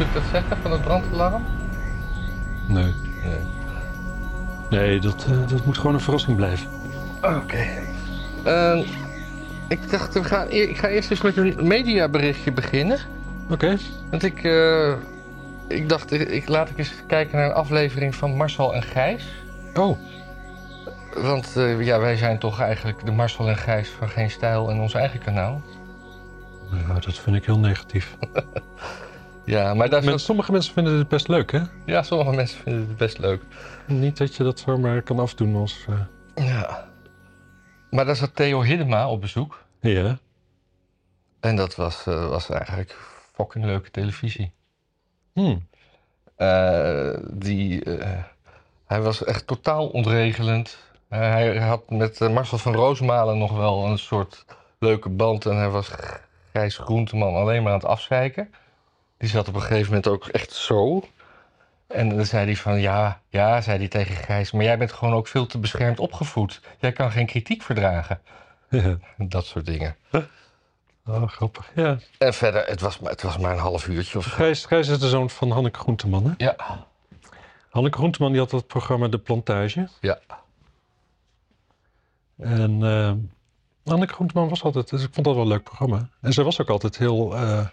ik dat zeggen van het brandalarm? Nee. Nee. Nee, dat, eh, dat moet gewoon een verrassing blijven. Oké. Ehm, ik dacht, we gaan eer- ik ga eerst eens met een mediaberichtje beginnen. Oké. Want ik, eh, ik dacht, ik, ik- laat ik eens kijken naar een aflevering van Marcel en Gijs. Oh, Want eh, ja, wij zijn toch eigenlijk de Marcel en Gijs van Geen Stijl en ons eigen kanaal. nou, dat vind ik heel negatief. Ja, maar daar Men- sommige mensen vinden dit best leuk, hè? ja, sommige mensen vinden het best leuk. Niet dat je dat zomaar kan afdoen als... eh, Ja. Maar daar zat Theo Hiddema op bezoek. Ja, En dat was, eh, was eigenlijk fucking leuke televisie. hm. Eh, die, eh, hij was echt totaal ontregelend. Eh, hij had met eh, Marcel van Roosmalen nog wel een soort leuke band. En hij was Gijs Groenteman alleen maar aan het afzeiken. Die zat op een gegeven moment ook echt zo. En dan zei hij van, ja, ja, zei hij tegen Gijs... maar jij bent gewoon ook veel te beschermd opgevoed. Jij kan geen kritiek verdragen. ja. Dat soort dingen. Oh, grappig. Ja. En verder, het was, maar- het was maar een half uurtje of zo. Gijs, Gijs is de zoon van Hanneke Groenteman, hè? Ja, Hanneke Groenteman die had dat programma De Plantage. ja. En eh, Hanneke Groenteman was altijd, dus ik vond dat wel een leuk programma. En zij was ook altijd heel. eh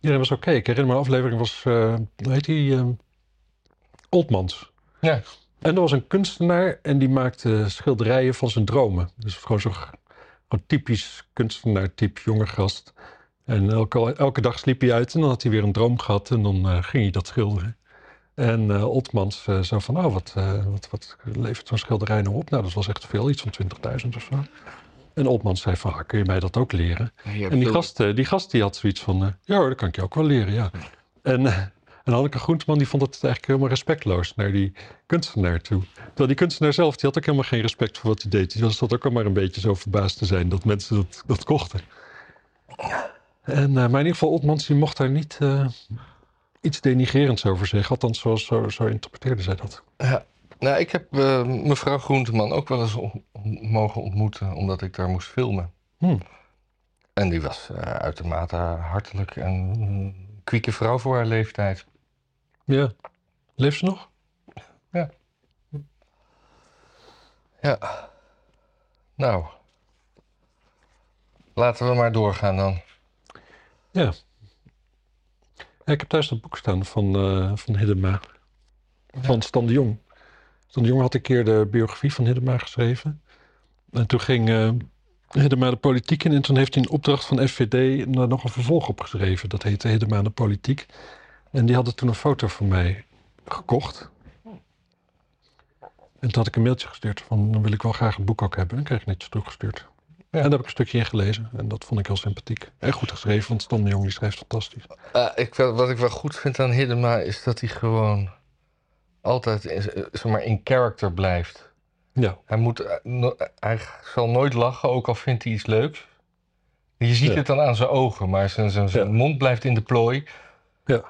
iedereen was oké. Ik herinner me een aflevering was, eh, hoe heet die? eh, Oldmans. Ja. En er was een kunstenaar en die maakte schilderijen van zijn dromen. Dus gewoon zo'n gewoon typisch kunstenaar-type jonge gast. En elke, elke dag sliep hij uit en dan had hij weer een droom gehad en dan eh, ging hij dat schilderen. En eh, Otmans eh, zo van, nou, wat, eh, wat, wat levert zo'n schilderij nou op? Nou, dat was echt veel, iets van 20.000 of zo. En Otmans zei van, ah, kun je mij dat ook leren? En die gast, eh, die gast die had zoiets van, eh, ja hoor, dat kan ik je ook wel leren, ja. En, eh, en Hanneke Groenteman die vond het eigenlijk helemaal respectloos naar die kunstenaar toe. Terwijl die kunstenaar zelf, die had ook helemaal geen respect voor wat hij deed. Die was dat ook al maar een beetje zo verbaasd te zijn dat mensen dat, dat kochten. En, eh, maar in ieder geval, Otmans die mocht daar niet eh, iets denigrerends over zeggen. Althans, zoals, zo, zo interpreteerde zij dat. Nou, ik heb eh, mevrouw Groenteman ook wel eens on- mogen ontmoeten, omdat ik daar moest filmen. Hmm. En die was eh, uitermate hartelijk en mm, kwieke vrouw voor haar leeftijd. Ja. Leeft ze nog? Ja. Nou, laten we maar doorgaan dan. Ja, ik heb thuis dat boek staan van, eh, van Hiddema. Van Stan de Jong. Stan de Jong had een keer de biografie van Hiddema geschreven. En toen ging eh, Hiddema de politiek in. En toen heeft hij een opdracht van FVD daar nog een vervolg op geschreven. Dat heette Hiddema de politiek. En die hadden toen een foto van mij gekocht. En toen had ik een mailtje gestuurd van dan wil ik wel graag het boek ook hebben. En dan kreeg ik netjes teruggestuurd. En daar heb ik een stukje in gelezen. En dat vond ik heel sympathiek. En goed geschreven, want Stan de Jong die schrijft fantastisch. Eh, ik, wel- wat ik wel goed vind aan Hiddema is dat hij gewoon altijd in, eh, zeg maar, in character blijft. Ja. Hij, moet, eh, no- hij zal nooit lachen, ook al vindt hij iets leuks. Je ziet Ja. het dan aan zijn ogen, maar zijn, zijn, zijn Ja. mond blijft in de plooi. Ja.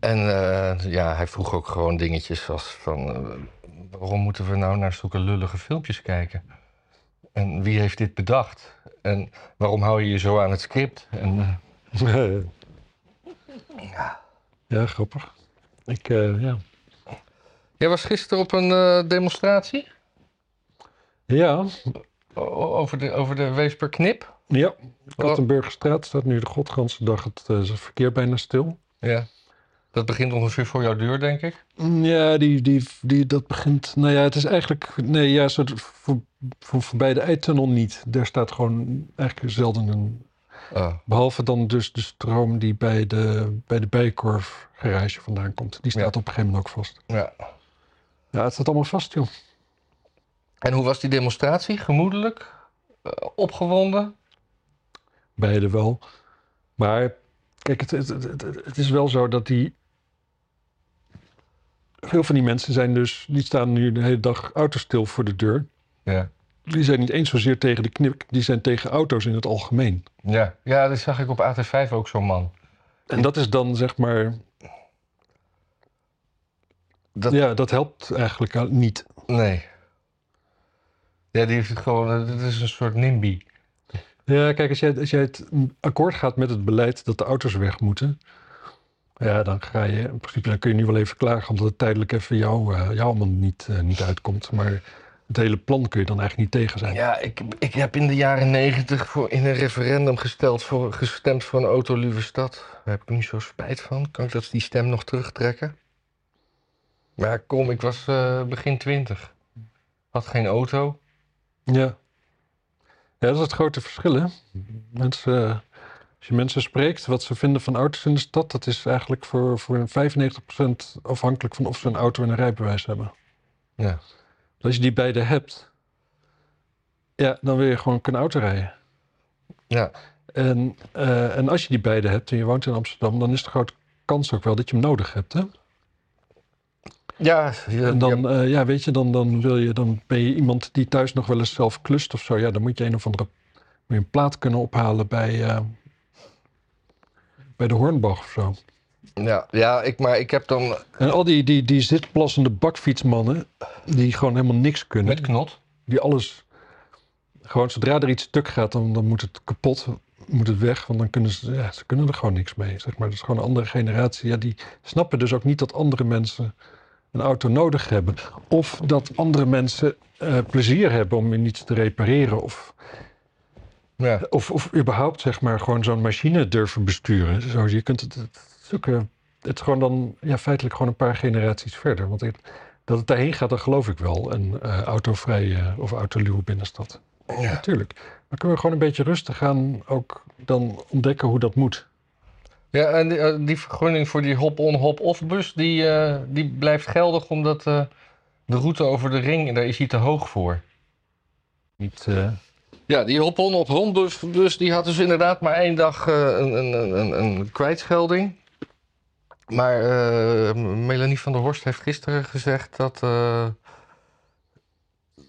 En eh, ja, hij vroeg ook gewoon dingetjes als van... eh, waarom moeten we nou naar zulke lullige filmpjes kijken? En wie heeft dit bedacht? En waarom hou je je zo aan het script? En, eh, ja. ja, grappig. Ik, eh, ja. jij was gisteren op een eh, demonstratie Ja, O- o- over de, over de Weesper Knip. ja. Kattenburgerstraat staat nu de godganse dag het eh, is het verkeer bijna stil. Ja. Dat begint ongeveer voor jouw deur, denk ik. Mm, Ja, die, die, die, dat begint... Nou ja, het is eigenlijk... Nee, ja, soort voor, voor, voorbij de eitunnel niet. Daar staat gewoon eigenlijk zelden een... Oh. Behalve dan dus de stroom die bij de, bij de Bijenkorf garage vandaan komt. Die staat Ja. op een gegeven moment ook vast. Ja. Ja, het staat allemaal vast, joh. En hoe was die demonstratie? Gemoedelijk? Eh, opgewonden? beide wel. Maar kijk, het, het, het, het- het is wel zo dat die. Veel van die mensen zijn dus. Die staan nu de hele dag autostil voor de deur. Ja. Die zijn niet eens zozeer tegen de knip. Die zijn tegen auto's in het algemeen. Ja, ja dat zag ik op AT5 ook zo'n man. En dat is dan zeg maar. Dat- Ja, dat helpt eigenlijk al- niet. Nee. Ja, die heeft gewoon... eh, Dit is een soort NIMBY. Ja, kijk, als jij, als jij het akkoord gaat met het beleid dat de auto's weg moeten. Ja, dan ga je, in principe dan kun je nu wel even klagen omdat het tijdelijk even jou, eh jou allemaal niet, eh, niet uitkomt. Maar het hele plan kun je dan eigenlijk niet tegen zijn. Ja, ik, ik heb in de jaren negentig voor- in een referendum gesteld voor, gestemd voor een autolieve stad. Daar heb ik nu zo spijt van. Kan ik dat, die stem nog terugtrekken? Maar ja, kom, ik was eh, begin twintig. Had geen auto. Ja. ja, dat is het grote verschil, hè? Mensen, eh, als je mensen spreekt wat ze vinden van auto's in de stad, dat is eigenlijk voor, voor 95% afhankelijk van of ze een auto en een rijbewijs hebben. Ja. Dus Als je die beide hebt, ja, dan wil je gewoon kunnen autorijden. Ja. En, eh, en als je die beide hebt en je woont in Amsterdam, dan is de grote kans ook wel dat je hem nodig hebt, hè? Ja, En dan, ja. ja, weet je, dan, dan, wil je, dan ben je iemand die thuis nog wel eens zelf klust of zo. Ja, dan moet je een of andere moet je een plaat kunnen ophalen bij, eh, bij de Hornbach of zo. ja, ja ik, maar ik heb dan... En al die, die, die zitplassende bakfietsmannen, die gewoon helemaal niks kunnen. Met knot? Die alles, gewoon zodra er iets stuk gaat, dan, dan moet het kapot, moet het weg. Want dan kunnen ze, ja, ze kunnen er gewoon niks mee, zeg maar. Dat is gewoon een andere generatie. Ja, die snappen dus ook niet dat andere mensen een auto nodig hebben. Of dat andere mensen eh, plezier hebben om in iets te repareren. Of, Ja. of, of überhaupt, zeg maar, gewoon zo'n machine durven besturen. Zo, je kunt het, het, zulke- het is gewoon dan ja, feitelijk gewoon een paar generaties verder. Want het- dat het daarheen gaat, dat geloof ik wel. Een eh autovrije of autoluwe binnenstad. Ja. Natuurlijk. Maar kunnen we gewoon een beetje rustig aan ook dan ontdekken hoe dat moet. Ja, en die, eh, die vergunning voor die hop-on, hop-off bus, die, eh, die blijft geldig omdat eh, de route over de ring, daar is hij te hoog voor. eh, Niet, Ja, die hop-on, hop-on bus, bus, die had dus inderdaad maar één dag eh, een, een, een, een, een kwijtschelding. Maar eh, Melanie van der Horst heeft gisteren gezegd dat, eh,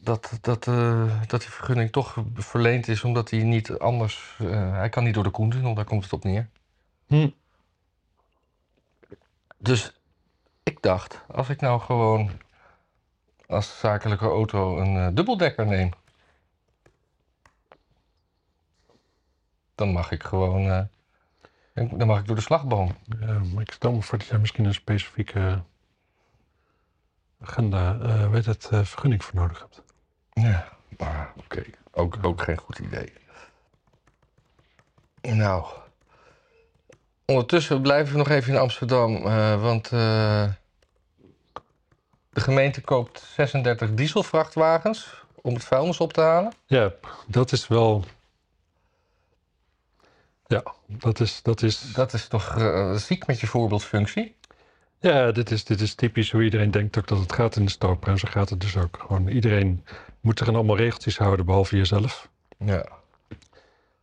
dat, dat, eh, dat die vergunning toch verleend is omdat hij niet anders... eh, hij kan niet door de Koentunnel, daar komt het op neer. Hm. Dus ik dacht, als ik nou gewoon als zakelijke auto een eh, dubbeldekker neem, dan mag ik gewoon. eh, dan dan mag ik door de slagboom. Ja, maar Ehm, ik stel me voor dat jij misschien een specifieke agenda, eh weet het, eh, vergunning voor nodig hebt. Ja, maar oké. Ook, ook geen goed idee. Nou. Ondertussen blijven we nog even in Amsterdam, eh, want eh, de gemeente koopt 36 dieselvrachtwagens om het vuilnis op te halen. Ja, dat is wel. Ja, dat is. Dat is Dat is toch eh, ziek met je voorbeeldfunctie? ja, dit is, dit is typisch hoe iedereen denkt ook dat het gaat in de stoop. En zo gaat het dus ook. Gewoon iedereen moet zich aan allemaal regeltjes houden, behalve jezelf. Ja.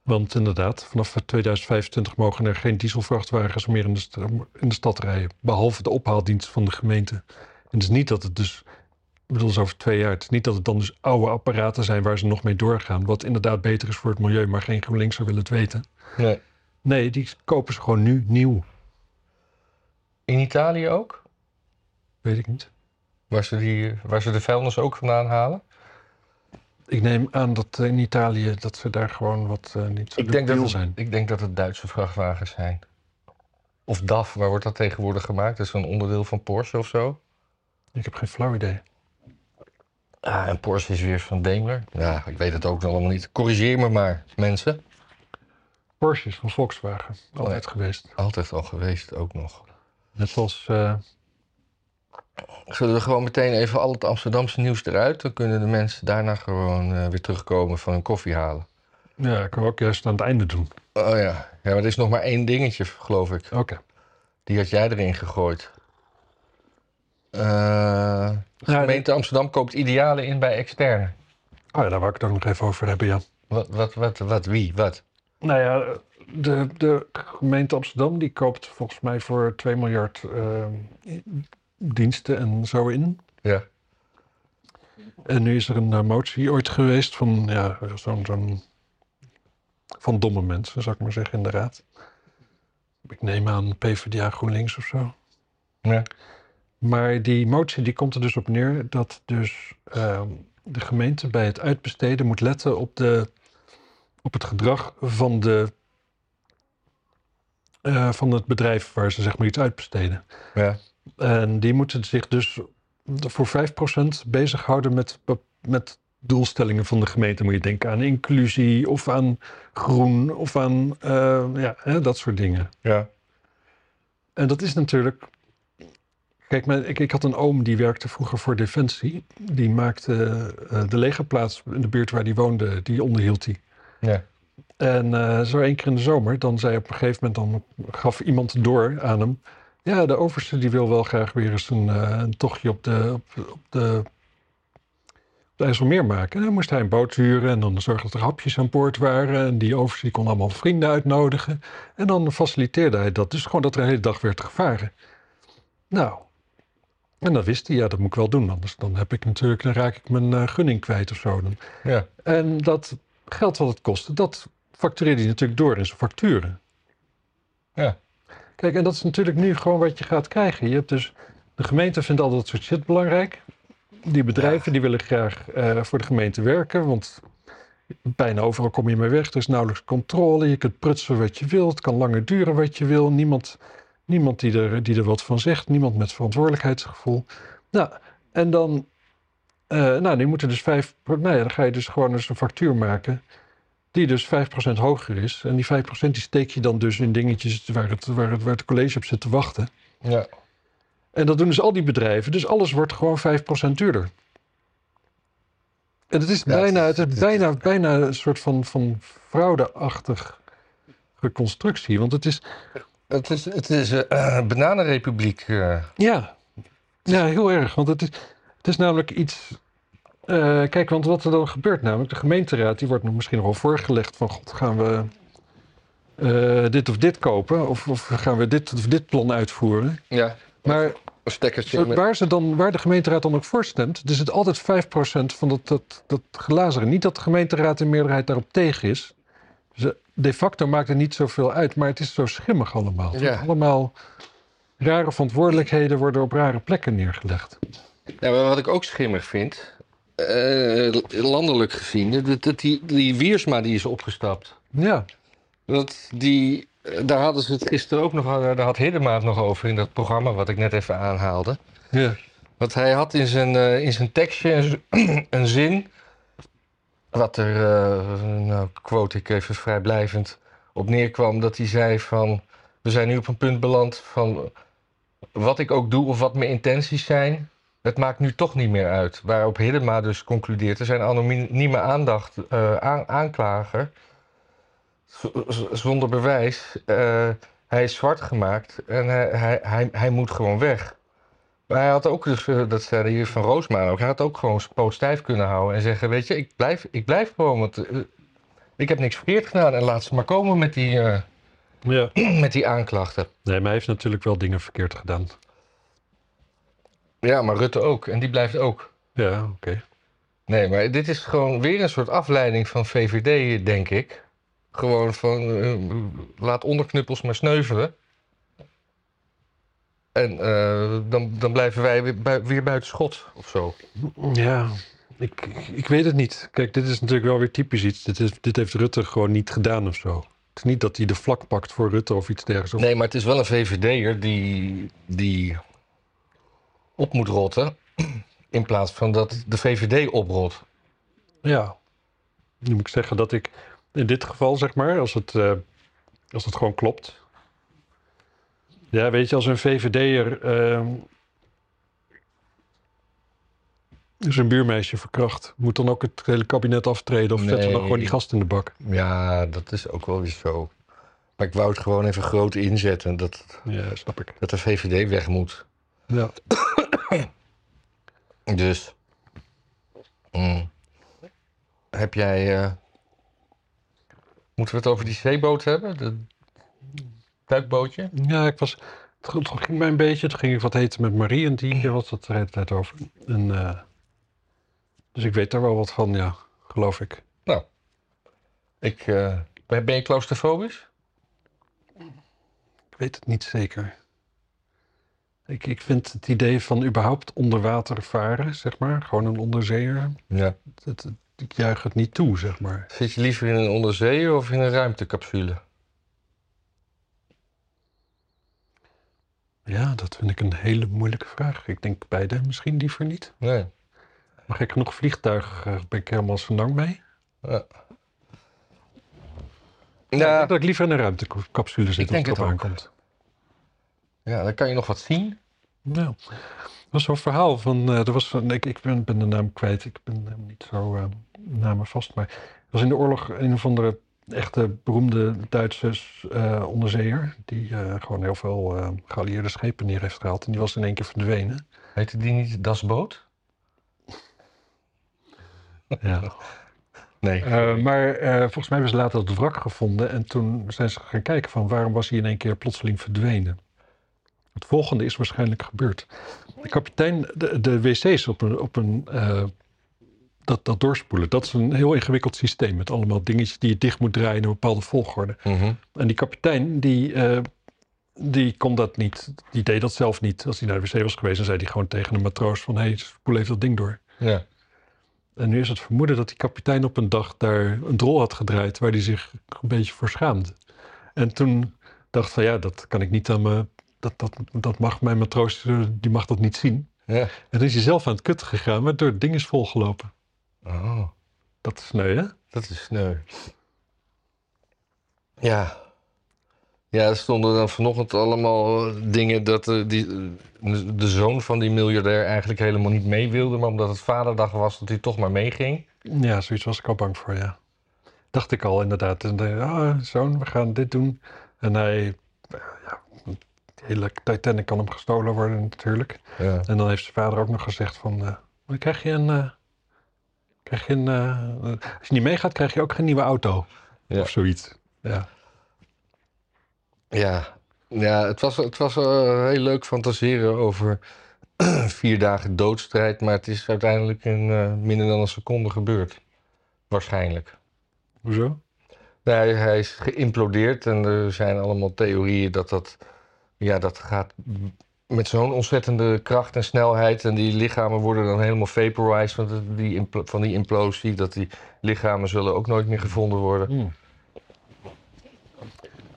Want inderdaad, vanaf 2025 mogen er geen dieselvrachtwagens meer in de, st- in de stad rijden. Behalve de ophaaldienst van de gemeente. En het is niet dat het dus, ik bedoel, dat is over twee jaar. Het is niet dat het dan dus oude apparaten zijn waar ze nog mee doorgaan. Wat inderdaad beter is voor het milieu, maar geen GroenLinks zou willen het weten. Nee. Nee, die kopen ze gewoon nu nieuw. In Italië ook? Weet ik niet. Waar ze, die, waar ze de vuilnis ook vandaan halen? Ik neem aan dat eh, in Italië dat ze daar gewoon wat eh, niet zo Ik denk, dat debiel het, zijn. ik denk dat het Duitse vrachtwagens zijn. Of DAF, waar wordt dat tegenwoordig gemaakt? Dat is een onderdeel van Porsche of zo. Ik heb geen flauw idee. Ah, en Porsche is weer van Daimler. Ja, ik weet het ook nog allemaal niet. Corrigeer me maar, mensen. Porsche is van Volkswagen. Altijd geweest. Altijd al geweest, ook nog. Net zoals eh, Zullen we gewoon meteen even al het Amsterdamse nieuws eruit? Dan kunnen de mensen daarna gewoon eh, weer terugkomen van hun koffie halen. ja, kunnen we ook juist aan het einde doen. Oh ja. ja, maar er is nog maar één dingetje, geloof ik. Oké. Die had jij erin gegooid. Eh, de Ja, gemeente Amsterdam koopt idealen in bij externe. Oh ja, daar wou ik het ook nog even over hebben, ja. Wat, wat, wat, wat, wie, wat? Nou ja, de, de gemeente Amsterdam die koopt volgens mij voor 2 miljard eh, diensten en zo in. Ja. En nu is er een eh, motie ooit geweest van ja, zo'n zo'n- van domme mensen, zou ik maar zeggen, in de raad. Ik neem aan PvdA GroenLinks of zo. Ja. Maar die motie die komt er dus op neer dat dus ehm, de gemeente bij het uitbesteden moet letten op de op het gedrag van, de, eh, van het bedrijf waar ze zeg maar iets uitbesteden. Ja. En die moeten zich dus voor 5% bezighouden met, be- met doelstellingen van de gemeente. Moet je denken aan inclusie of aan groen of aan eh, ja, hè, dat soort dingen. Ja. En dat is natuurlijk. Kijk, mijn, ik, ik had een oom die werkte vroeger voor Defensie. Die maakte eh, de legerplaats in de buurt waar hij woonde, die onderhield hij. Ja. En eh, zo één keer in de zomer, dan zei op een gegeven moment, dan gaf iemand door aan hem. Ja, de overste die wil wel graag weer eens een, eh, een tochtje op de, op, op de, op de IJsselmeer maken. En dan moest hij een boot huren en dan zorgde dat er hapjes aan boord waren. En die overste die kon allemaal vrienden uitnodigen. En dan faciliteerde hij dat. Dus gewoon dat er de hele dag werd gevaren. Nou, en dan wist hij, ja, dat moet ik wel doen. Anders dan heb ik natuurlijk, dan raak ik mijn eh, gunning kwijt of zo. Dan Ja. en dat geld wat het kostte, dat factureerde hij natuurlijk door in zijn facturen. Ja. Kijk, en dat is natuurlijk nu gewoon wat je gaat krijgen. Je hebt dus, de gemeente vindt al dat soort shit belangrijk. Die bedrijven die willen graag eh, voor de gemeente werken, want bijna overal kom je mee weg. Er is nauwelijks controle, je kunt prutsen wat je wilt, het kan langer duren wat je wil. Niemand, niemand die, er, die er wat van zegt, niemand met verantwoordelijkheidsgevoel. Nou, en dan eh, nou, die moeten dus 5. Nou ja, dan ga je dus gewoon eens een factuur maken. Die dus 5% hoger is. En die 5% die steek je dan dus in dingetjes waar het, waar, het, waar het college op zit te wachten. Ja. En dat doen dus al die bedrijven. Dus alles wordt gewoon 5% duurder. En het is Ja, het bijna, is- het is het is- bijna, bijna een soort van, van fraudeachtig reconstructie. Want het is. Het is, het is eh, eh, bananenrepubliek. eh. Ja. ja, heel erg. Want het is, het is namelijk iets. eh, kijk, want wat er dan gebeurt, namelijk de gemeenteraad, die wordt nog misschien nog wel voorgelegd van god, gaan we eh, dit of dit kopen? Of, of gaan we dit of dit plan uitvoeren? ja. Maar Een stekkertje. met- waar, ze dan, waar de gemeenteraad dan ook voor stemt, er zit altijd 5% van dat, dat, dat glazeren. Niet dat de gemeenteraad in meerderheid daarop tegen is. Ze, de facto maakt het niet zoveel uit, maar het is zo schimmig allemaal. Het Ja. wordt Allemaal rare verantwoordelijkheden worden op rare plekken neergelegd. Ja, maar wat ik ook schimmig vind, eh, landelijk gezien, dat, dat die, die Wiersma die is opgestapt. Ja, Dat die, eh, daar hadden ze het gisteren ook nog, eh, daar had Hiddema het nog over in dat programma wat ik net even aanhaalde. ja, Want hij had in zijn, eh, in zijn tekstje een, z- een zin, wat er, eh, nou quote ik even vrijblijvend, op neerkwam. Dat hij zei van, we zijn nu op een punt beland van, wat ik ook doe of wat mijn intenties zijn, het maakt nu toch niet meer uit. Waarop Hiddema dus concludeert, er zijn anonieme aandacht, eh, aan- aanklager, z- z- zonder bewijs. eh, hij is zwart gemaakt en hij, hij, hij, hij moet gewoon weg. Maar hij had ook, dus, eh, dat zei hier van Roosmaan ook, hij had ook gewoon zijn poot stijf kunnen houden en zeggen, weet je, ik blijf, ik blijf gewoon, want eh, ik heb niks verkeerd gedaan en laat ze maar komen met die, eh, ja. met die aanklachten. Nee, maar hij heeft natuurlijk wel dingen verkeerd gedaan. Ja, maar Rutte ook en die blijft ook. Ja, oké. Nee, maar dit is gewoon weer een soort afleiding van VVD, denk ik. Gewoon van, eh, laat onderknuppels maar sneuvelen. En eh, dan, dan blijven wij weer, bui- weer buiten schot of zo. Ja, ik, ik weet het niet. Kijk, dit is natuurlijk wel weer typisch iets. Dit, is, dit heeft Rutte gewoon niet gedaan of zo. Het is niet dat hij de vlak pakt voor Rutte of iets dergelijks. Of- Nee, maar het is wel een VVD'er die, die op moet rotten. In plaats van dat de VVD oprot. Ja. Nu moet ik zeggen dat ik in dit geval, zeg maar, als het, eh, als het gewoon klopt. Ja, weet je, als een VVD'er ehm zijn buurmeisje verkracht, moet dan ook het hele kabinet aftreden of zetten we dan Nee. gewoon die gast in de bak? Ja, dat is ook wel weer zo. Maar ik wou het gewoon even groot inzetten dat, Ja, snap ik. dat de VVD weg moet. Ja. Dus. mm. Heb jij. eh, moeten we het over die zeeboot hebben? Dat duikbootje? Ja, ik was. Het ging- het ging mij een beetje. Toen ging ik wat eten met Marie en die keer was dat er de hele tijd over. En, eh, dus ik weet daar wel wat van, ja, geloof ik. Ik, eh, ben ben je claustrofobisch? Ik weet het niet zeker. Ik, ik vind het idee van überhaupt onder water varen, zeg maar, gewoon een onderzeeër. Ja. Het, het- ik juich het niet toe, zeg maar. Zit je liever in een onderzeeër of in een ruimtecapsule? Ja, dat vind ik een hele moeilijke vraag. Ik denk beide misschien liever niet. Nee. Maar gek genoeg vliegtuig eh, ben ik helemaal zo lang mee. Ja. Ik Ja, denk dat ik liever in een ruimtecapsule zit Ik denk als het het op ook. aankomt. ja, dan kan je nog wat zien. Ja. Er was zo'n verhaal van, eh, er was van ik, ik ben, ben de naam kwijt, ik ben hem niet zo eh, namen vast, maar er was in de oorlog een of andere echte beroemde Duitse eh, onderzeeër, die eh, gewoon heel veel eh geallieerde schepen neer heeft gehaald en die was in één keer verdwenen. Heette die niet Dasboot? Ja. Nee. Eh, maar eh, volgens mij hebben ze later het wrak gevonden en toen zijn ze gaan kijken van waarom was hij in één keer plotseling verdwenen. Het volgende is waarschijnlijk gebeurd. De kapitein, de, de wc's op een, op een eh, dat, dat doorspoelen, dat is een heel ingewikkeld systeem met allemaal dingetjes die je dicht moet draaien in een bepaalde volgorde. Mhm. En die kapitein, die, eh, die kon dat niet, die deed dat zelf niet. Als hij naar de wc was geweest, dan zei hij gewoon tegen een matroos van, hé, hey, spoel even dat ding door. Ja. En nu is het vermoeden dat die kapitein op een dag daar een drol had gedraaid waar hij zich een beetje voor schaamde. En toen dacht van ja, dat kan ik niet aan me. Dat, dat, dat mag mijn matroos, eh, die mag dat niet zien. ja. En toen is hij zelf aan het kutten gegaan, maar door het ding is volgelopen. Oh, Dat is sneu, hè? dat is sneu. Ja. Ja, er stonden dan vanochtend allemaal eh, dingen dat eh, die, eh, de zoon van die miljardair eigenlijk helemaal niet mee wilde. Maar omdat het vaderdag was, dat hij toch maar meeging. Ja, zoiets was ik al bang voor, ja. Dacht ik al inderdaad. En dan, ah, zoon, we gaan dit doen. En hij, eh, ja, de hele Titanic kan hem gestolen worden natuurlijk. Ja. En dan heeft zijn vader ook nog gezegd van, eh, dan krijg je een, eh, krijg je een eh, als je niet meegaat krijg je ook geen nieuwe auto. Ja. Of zoiets. Ja. Ja, ja het was, het was eh, heel leuk fantaseren over vier dagen doodstrijd, maar het is uiteindelijk in eh, minder dan een seconde gebeurd. Waarschijnlijk. Hoezo? Nou, hij, hij is geïmplodeerd en er zijn allemaal theorieën dat dat, ja, dat gaat met zo'n ontzettende kracht en snelheid. En die lichamen worden dan helemaal vaporized van de- die, impl- van die implosie. Dat die lichamen zullen ook nooit meer gevonden worden.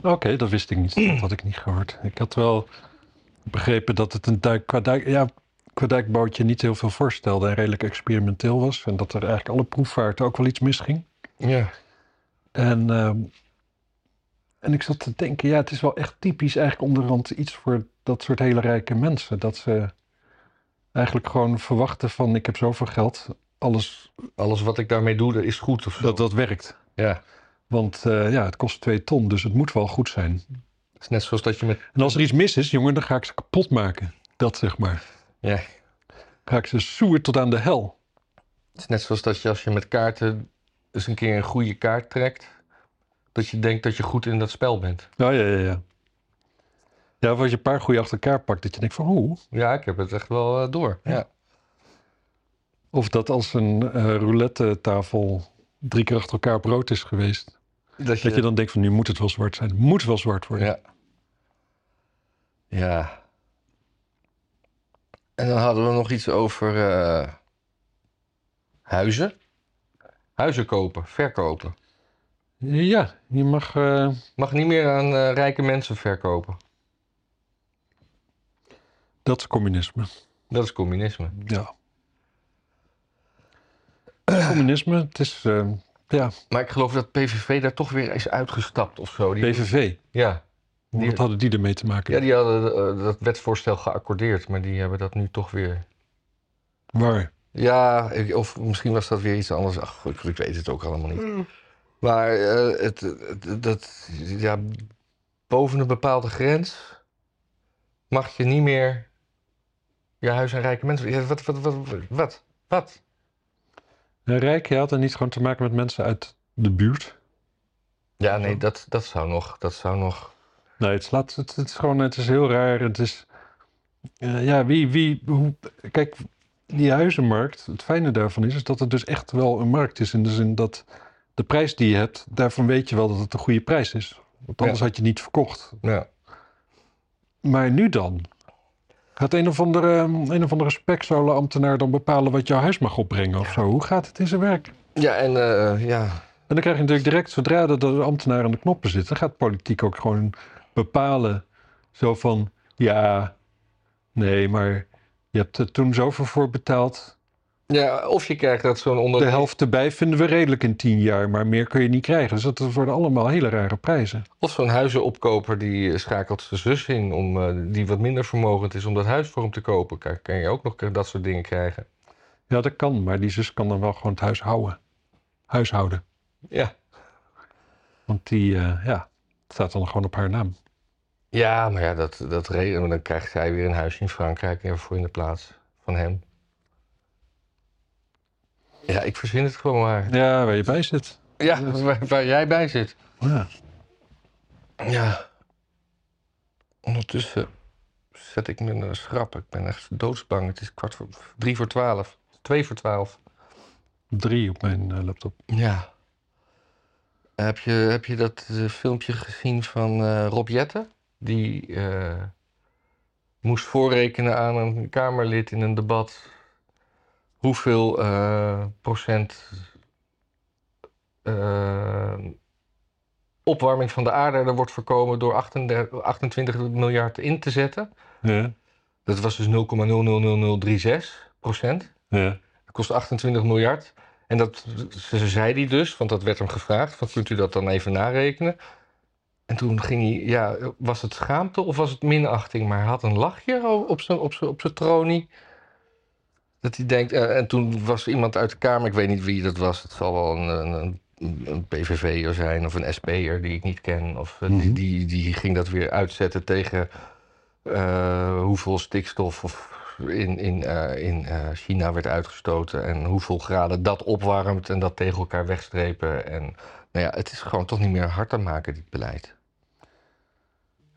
Oké, dat wist ik niet. Dat had ik niet gehoord. Ik had wel begrepen dat het een duik, qua, duik, ja, qua duikbootje niet heel veel voorstelde en redelijk experimenteel was. En dat er eigenlijk alle proefvaarten ook wel iets misging. Ja. En, ehm, en ik zat te denken, ja, het is wel echt typisch eigenlijk onderhand iets voor dat soort hele rijke mensen. Dat ze eigenlijk gewoon verwachten van ik heb zoveel geld, alles Alles wat ik daarmee doe, dat is goed of zo. dat dat werkt. Ja. Want eh, ja, het kost twee ton, dus het moet wel goed zijn. Het is net zoals dat je met En als er iets mis is, jongen, dan ga ik ze kapot maken. Dat zeg maar. Ja. Ga ik ze soer tot aan de hel. Het is net zoals dat je als je met kaarten eens een keer een goede kaart trekt, dat je denkt dat je goed in dat spel bent. Nou ja, ja, ja. Ja, of als je een paar goede achter elkaar pakt, dat je denkt van hoe? Ja, ik heb het echt wel eh, door. Ja. Of dat als een eh, roulette tafel drie keer achter elkaar brood is geweest. Dat Dat je dan denkt van nu moet het wel zwart zijn. Het moet wel zwart worden. Ja. Ja. En dan hadden we nog iets over eh, huizen. Huizen kopen, verkopen. Ja, je mag... eh, Mag niet meer aan eh, rijke mensen verkopen. dat is communisme. Dat is communisme. Ja. communisme, het is... eh, ja, Maar ik geloof dat PVV daar toch weer is uitgestapt of zo. Die- PVV. Ja. Die- Wat hadden die ermee te maken? Ja, die hadden eh, dat wetsvoorstel geaccordeerd, maar die hebben dat nu toch weer. Waar? Ja, ik- of misschien was dat weer iets anders. Ach, ik, ik weet het ook allemaal Mm. niet. Maar eh, het, het- dat, ja, boven een bepaalde grens mag je niet meer je huis aan rijke mensen. Ja, wat, wat, wat, wat, wat? Een rijk, ja, had er niet gewoon te maken met mensen uit de buurt. Ja, nee, dat, dat zou nog, dat zou nog. Nee, het, slaat, het, het is gewoon, het is heel raar. Het is, eh, ja, wie, wie, hoe, kijk, die huizenmarkt, het fijne daarvan is, is dat het dus echt wel een markt is. In de zin dat de prijs die je hebt, daarvan weet je wel dat het een goede prijs is. Want anders had je niet verkocht. Ja. Maar nu dan? Gaat een of andere, een of andere spekzolenambtenaar dan bepalen wat jouw huis mag opbrengen of zo? Hoe gaat het in zijn werk? Ja, en eh, ja, En dan krijg je natuurlijk direct, zodra de, de ambtenaar aan de knoppen zit, dan gaat politiek ook gewoon bepalen. Zo van, ja, nee, maar je hebt er toen zoveel voor betaald. ja, of je krijgt dat zo'n De onder... helft erbij vinden we redelijk in tien jaar, maar meer kun je niet krijgen. Dus dat worden allemaal hele rare prijzen. Of zo'n huizenopkoper die eh, schakelt zijn zus in, om, eh, die wat minder vermogend is om dat huis voor hem te kopen. Kan, kan je ook nog dat soort dingen krijgen. Ja, dat kan, maar die zus kan dan wel gewoon het huis houden. Huishouden. Ja. Want die, eh, ja, het staat dan gewoon op haar naam. Ja, maar ja, dat, dat reden. Maar dan krijgt zij weer een huisje in Frankrijk en voor in de plaats van hem. Ja, ik verzin het gewoon maar. Ja, waar je bij zit. Ja, waar, waar jij bij zit. Ja. Ja. Ondertussen zet ik me naar de schrap. Ik ben echt doodsbang. Het is kwart voor drie voor twaalf. Twee voor twaalf. Drie op mijn eh, laptop. Ja. Heb je, heb je dat eh, filmpje gezien van eh Rob Jetten? Die eh, moest voorrekenen aan een Kamerlid in een debat hoeveel eh, procent eh, opwarming van de aarde er wordt voorkomen door 38, 28 miljard in te zetten. Ja, Dat was dus 0,000036 procent. ja. Dat kost 28 miljard. En dat ze- zei hij dus, want dat werd hem gevraagd: van, kunt u dat dan even narekenen? En toen ging hij, ja, was het schaamte of was het minachting? Maar hij had een lachje o- op zijn, op zijn, op zijn tronie. Dat hij denkt, eh, en toen was iemand uit de Kamer, ik weet niet wie dat was, het zal wel een, een, een, een PVV'er zijn of een SP'er die ik niet ken. Of, eh, Mhm. die, die, die ging dat weer uitzetten tegen eh, hoeveel stikstof of in, in, eh, in eh, China werd uitgestoten en hoeveel graden dat opwarmt en dat tegen elkaar wegstrepen. En nou ja, het is gewoon toch niet meer hard te maken, dit beleid.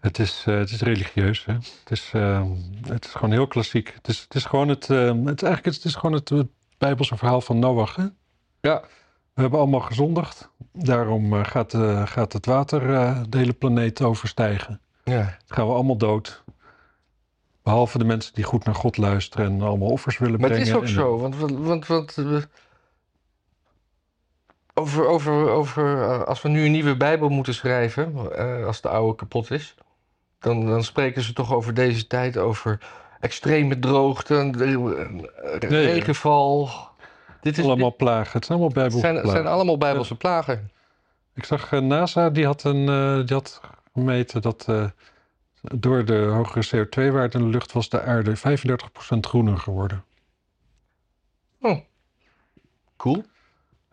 Het is, eh, het is religieus, hè. Het is, eh, het is gewoon heel klassiek. Het is, het is gewoon het, eh, het, eigenlijk is, het is gewoon het, eh, Bijbelse verhaal van Noach, hè. Ja. We hebben allemaal gezondigd. Daarom eh, gaat, eh, gaat het water eh, de hele planeet overstijgen. Ja, Dan gaan we allemaal dood. Behalve de mensen die goed naar God luisteren en allemaal offers willen maar het brengen. is ook en- zo, want, want, want, want, eh, over, over, over, eh, als we nu een nieuwe Bijbel moeten schrijven, eh, als de oude kapot is, dan, dan spreken ze toch over deze tijd, over extreme droogte, eh, ja. regenval. Dit is, allemaal plagen. Het zijn allemaal Het Bijbelse zijn, het plagen. zijn allemaal Bijbelse plagen. Ik zag eh, NASA, die had, een, eh, die had gemeten dat eh, door de hogere CO2-waarde in de lucht was de aarde 35% groener geworden. Cool.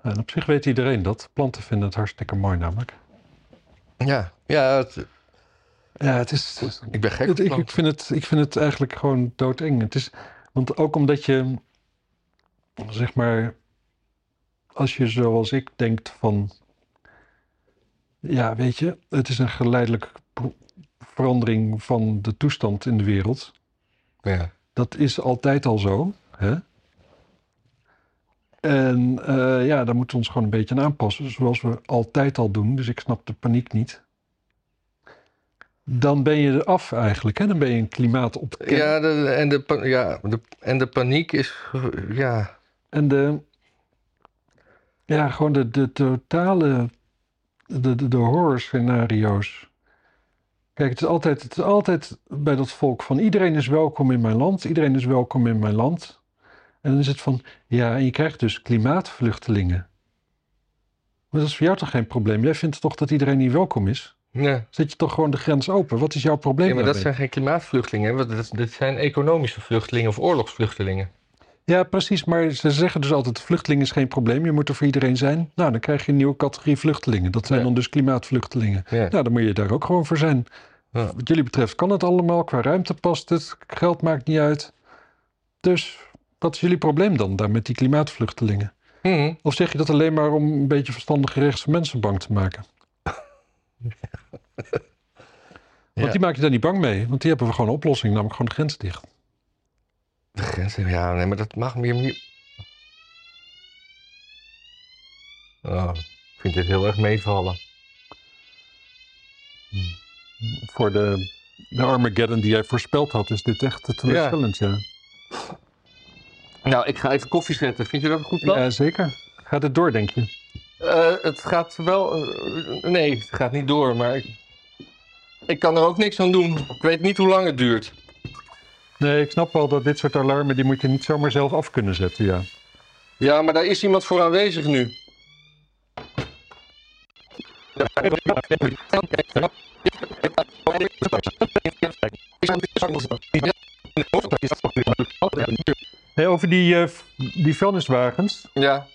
En op zich weet iedereen dat. Planten vinden het hartstikke mooi namelijk. Ja, ja het- Ja, het is, ik ben gek Het- op ik, ik, planten. vind het, ik vind het eigenlijk gewoon doodeng. Het is, want ook omdat je, zeg maar, als je zoals ik denkt van, ja, weet je, het is een geleidelijke pro- verandering van de toestand in de wereld. Ja. Dat is altijd al zo. Hè? En eh, ja, daar moeten we ons gewoon een beetje aan aanpassen, zoals we altijd al doen. Dus ik snap de paniek niet. Dan ben je er af eigenlijk. Hè? Dan ben je een klimaat op de ken- Ja, de, en, de, pa- ja de, en de paniek is. Ja, En de, ja, gewoon de, de totale, de, de, de horror scenario's. Kijk, het is, altijd, het is altijd bij dat volk van iedereen is welkom in mijn land, iedereen is welkom in mijn land. En dan is het van, ja, en je krijgt dus klimaatvluchtelingen. Maar dat is voor jou toch geen probleem? Jij vindt toch dat iedereen hier welkom is? ja. Zet je toch gewoon de grens open? Wat is jouw probleem ja maar dat daarmee? zijn geen klimaatvluchtelingen. hè, want Dat, dit zijn economische vluchtelingen of oorlogsvluchtelingen. Ja, precies. Maar ze zeggen dus altijd: vluchtelingen is geen probleem. Je moet er voor iedereen zijn. Nou, dan krijg je een nieuwe categorie vluchtelingen. Dat zijn Ja. dan dus klimaatvluchtelingen. Ja. Nou, dan moet je daar ook gewoon voor zijn. Ja. Wat jullie betreft kan het allemaal. Qua ruimte past het. Geld maakt niet uit. Dus wat is jullie probleem dan daar met die klimaatvluchtelingen? Mhm. Of zeg je dat alleen maar om een beetje verstandige rechtse mensen bang te maken? Want Ja. die maak je daar niet bang mee. Want die hebben we gewoon een oplossing, namelijk gewoon de grens dicht. De grens, ja, nee, maar dat mag meer. meer- Oh, ik vind dit heel erg meevallen. Voor de de Armageddon die jij voorspeld had, is dit echt het teleurstellend, ja. Nou, ik ga even koffie zetten. Vind je dat een goed plan? ja. zeker. Gaat het door, denk je? Eh, het gaat wel. eh, nee, het gaat niet door, maar. Ik, ik kan er ook niks aan doen. Ik weet niet hoe lang het duurt. Nee, ik snap wel dat dit soort alarmen, die moet je niet zomaar zelf af kunnen zetten, ja. Ja, maar daar is iemand voor aanwezig nu. Hey, over die, eh, v- die vuilniswagens. Ja,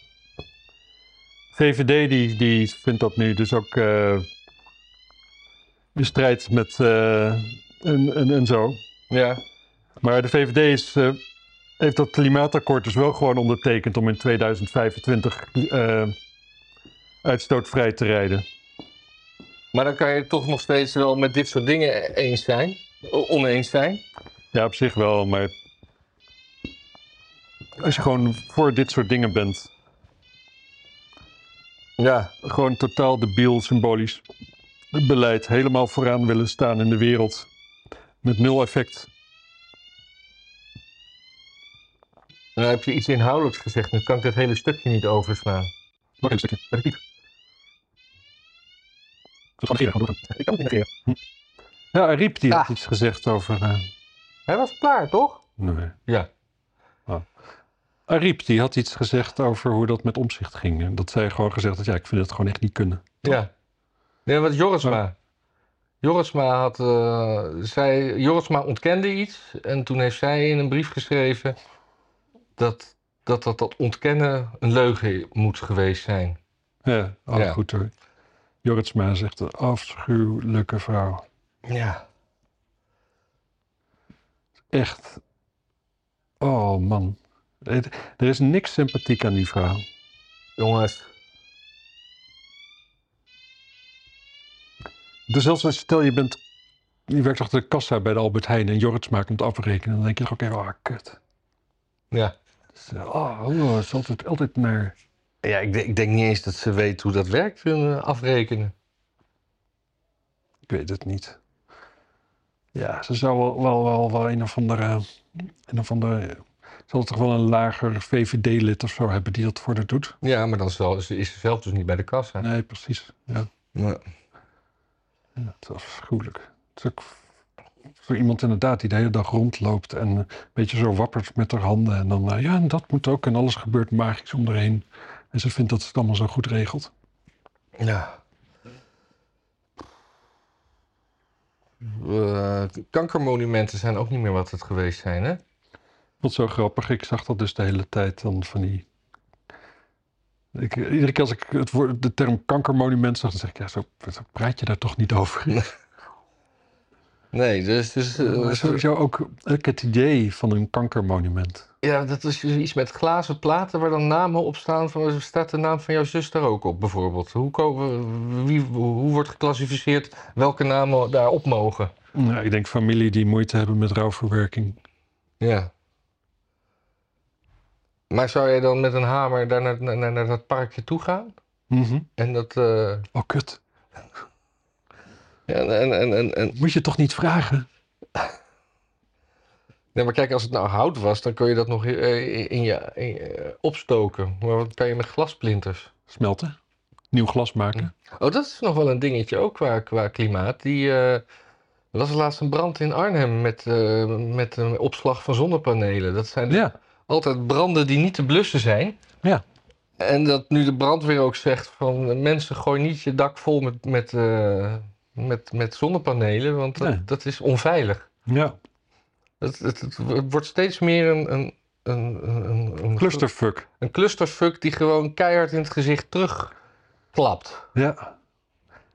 VVD die, die vindt dat nu dus ook eh, de strijd met eh, en, en, en zo. ja. Maar de VVD is, eh, heeft dat klimaatakkoord dus wel gewoon ondertekend om in 2025 eh, uitstootvrij te rijden. Maar dan kan je toch nog steeds wel met dit soort dingen eens zijn. O- Oneens zijn. Ja, op zich wel, maar als je gewoon voor dit soort dingen bent, Ja. gewoon totaal debiel symbolisch beleid, helemaal vooraan willen staan in de wereld met nul effect. Dan Nou, heb je iets inhoudelijks gezegd. Nu kan ik dat hele stukje niet overslaan. Nog een stukje. Dat piep. Ik kan het niet negeren. Hm. Ja, Ariep die had Ah. iets gezegd over. eh, Hij was klaar, toch? nee. Oh. Ja. Ariep die had iets gezegd over hoe dat met omzicht ging. En dat zij gewoon gezegd had: ja, ik vind het gewoon echt niet kunnen. Ja. Nee, wat Jorisma. Jorisma had, eh, zij, Jorisma ontkende iets en toen heeft zij in een brief geschreven dat dat, dat, dat ontkennen een leugen moet geweest zijn. Ja, oh, Ja. goed hoor. Joritsma zegt: een afschuwelijke vrouw. Ja. Echt. Oh man. Het- Er is niks sympathiek aan die vrouw. Jongens. Dus zelfs als stel je bent. Je werkt achter de kassa bij de Albert Heijn en Joritsma komt afrekenen. Dan denk je toch ook even: ah, kut. Ja. Dus, eh, oh, oh, het is altijd, altijd naar. Ja, ik, denk- ik denk niet eens dat ze weet hoe dat werkt, hun eh, afrekenen. Ik weet het niet. Ja, ze zou wel, wel, wel, wel een of andere. Een of andere ze zal toch wel een lager VVD-lid of zo hebben die dat voor haar doet? Ja, maar dan zal, ze- is ze zelf dus niet bij de kassa. Nee, precies. Ja, Ja. ja het is afschuwelijk. Het is ook voor iemand inderdaad die de hele dag rondloopt en een beetje zo wappert met haar handen. En dan, eh, ja, en dat moet ook. En alles gebeurt magisch om haar heen. En ze vindt dat ze het allemaal zo goed regelt. Ja. Eh, kankermonumenten zijn ook niet meer wat het geweest zijn, hè? Wat zo grappig. Ik zag dat dus de hele tijd dan van die. Ik, iedere keer als ik het woord, de term kankermonument zag, dan zeg ik, ja, zo, zo praat je daar toch niet over. Nee, dus... dus eh, Maar sowieso ook, ook het idee van een kankermonument. ja, dat is dus iets met glazen platen waar dan namen op staan. Van, eh, staat de naam van jouw zus daar ook op, bijvoorbeeld? Hoe, ko- wie, hoe wordt geclassificeerd welke namen daarop mogen? Ja, ik denk familie die moeite hebben met rouwverwerking. Ja. Maar zou jij dan met een hamer daar naar, naar, naar dat parkje toe gaan? Mhm. En dat... eh, Oh, kut. en, en, en, en, en, Moet je toch niet vragen? Nee, maar kijk, als het nou hout was, dan kun je dat nog eh, in je, in je, eh, opstoken. Maar wat kan je met glasplinters? Smelten. Nieuw glas maken. Oh, dat is nog wel een dingetje ook qua, qua klimaat. Die, eh, er was laatst een brand in Arnhem met, eh, met een opslag van zonnepanelen. Dat zijn dus Ja. altijd branden die niet te blussen zijn. Ja. En dat nu de brandweer ook zegt van eh, mensen gooi niet je dak vol met, met, eh, met, met zonnepanelen, want dat, Nee. dat is onveilig. ja. Het, het, het wordt steeds meer een, een, een, een, een Clusterfuck. Een clusterfuck die gewoon keihard in het gezicht terugklapt. Ja.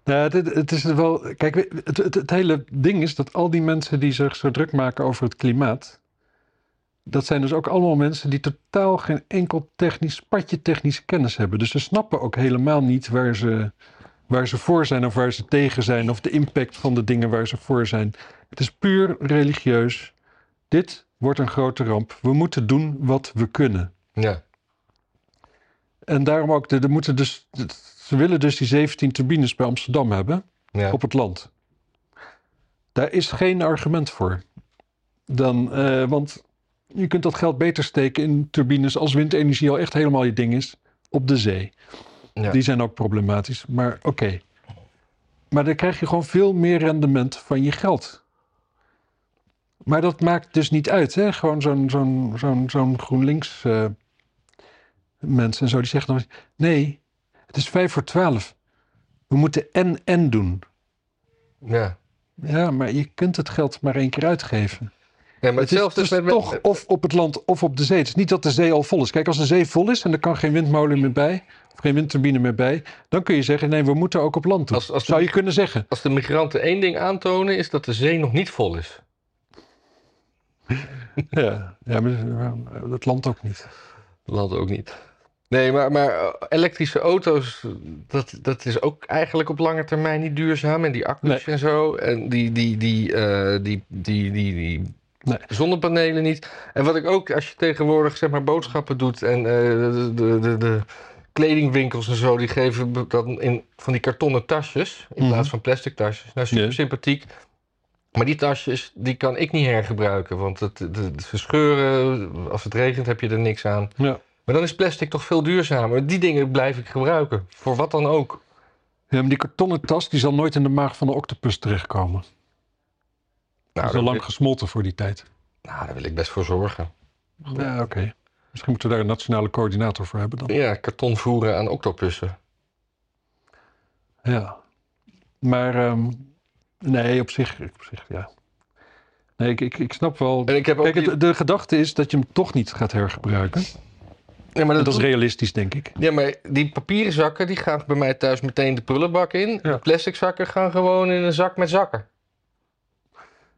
Nou, dit, het is wel. Kijk, we- het, het, het hele ding is dat al die mensen die zich zo druk maken over het klimaat. Dat zijn dus ook allemaal mensen die totaal geen enkel technisch, patje technische kennis hebben. Dus ze snappen ook helemaal niet waar ze, waar ze voor zijn of waar ze tegen zijn. Of de impact van de dingen waar ze voor zijn. Het is puur religieus. Dit wordt een grote ramp. We moeten doen wat we kunnen. Ja. En daarom ook, de, de moeten dus, ze willen dus die 17 turbines bij Amsterdam hebben ja. op het land. Daar is geen argument voor. Dan, eh, want je kunt dat geld beter steken in turbines als windenergie al echt helemaal je ding is op de zee. Ja. Die zijn ook problematisch, maar oké. Maar dan krijg je gewoon veel meer rendement van je geld. Maar dat maakt dus niet uit, hè? Gewoon zo'n zo'n zo'n zo'n GroenLinks eh, mensen en zo, die zeggen dan... Nee, het is vijf voor twaalf. We moeten en-en doen. Ja. Ja, maar je kunt het geld maar één keer uitgeven. Ja, maar het is hetzelfde dus is met, met- toch of op het land of op de zee. Het is niet dat de zee al vol is. Kijk, als de zee vol is en er kan geen windmolen meer bij... of geen windturbine meer bij... dan kun je zeggen, nee, we moeten ook op land doen. Als- als de- Zou je kunnen zeggen. Als de migranten één ding aantonen, is dat de zee nog niet vol is. Ja, ja maar eh, dat land ook niet. Land ook niet. Nee, maar, maar eh, elektrische auto's, dat, dat is ook eigenlijk op lange termijn niet duurzaam. En die accu's en zo. En die, die, die, eh, die, die, die, die Nee. zonnepanelen niet. En wat ik ook, als je tegenwoordig zeg maar boodschappen doet en eh, de, de, de, de kledingwinkels en zo, die geven be- dat in van die kartonnen tasjes in Mhm. plaats van plastic tasjes. Nou, super Ja. sympathiek. Maar die tasjes, die kan ik niet hergebruiken, want het, het, het- ze scheuren. Als het regent heb je er niks aan. Ja. Maar dan is plastic toch veel duurzamer. Die dingen blijf ik gebruiken. Voor wat dan ook. Ja, maar die kartonnen tas die zal nooit in de maag van de octopus terechtkomen. die Nou, is al daar, lang wil, gesmolten voor die tijd. nou, daar wil ik best voor zorgen. Ja, oké. Misschien moeten we daar een nationale coördinator voor hebben dan. Ja, karton voeren aan octopussen. Ja. Maar ehm, nee, op zich, op zich ja. Nee, ik, ik, ik snap wel. En ik heb ook... Kijk, die- het- de gedachte is dat je hem toch niet gaat hergebruiken. ja, maar En dat dat is doet- realistisch, denk ik. ja, maar die papieren zakken, die gaan bij mij thuis meteen de prullenbak in. De plastic zakken gaan gewoon in een zak met zakken.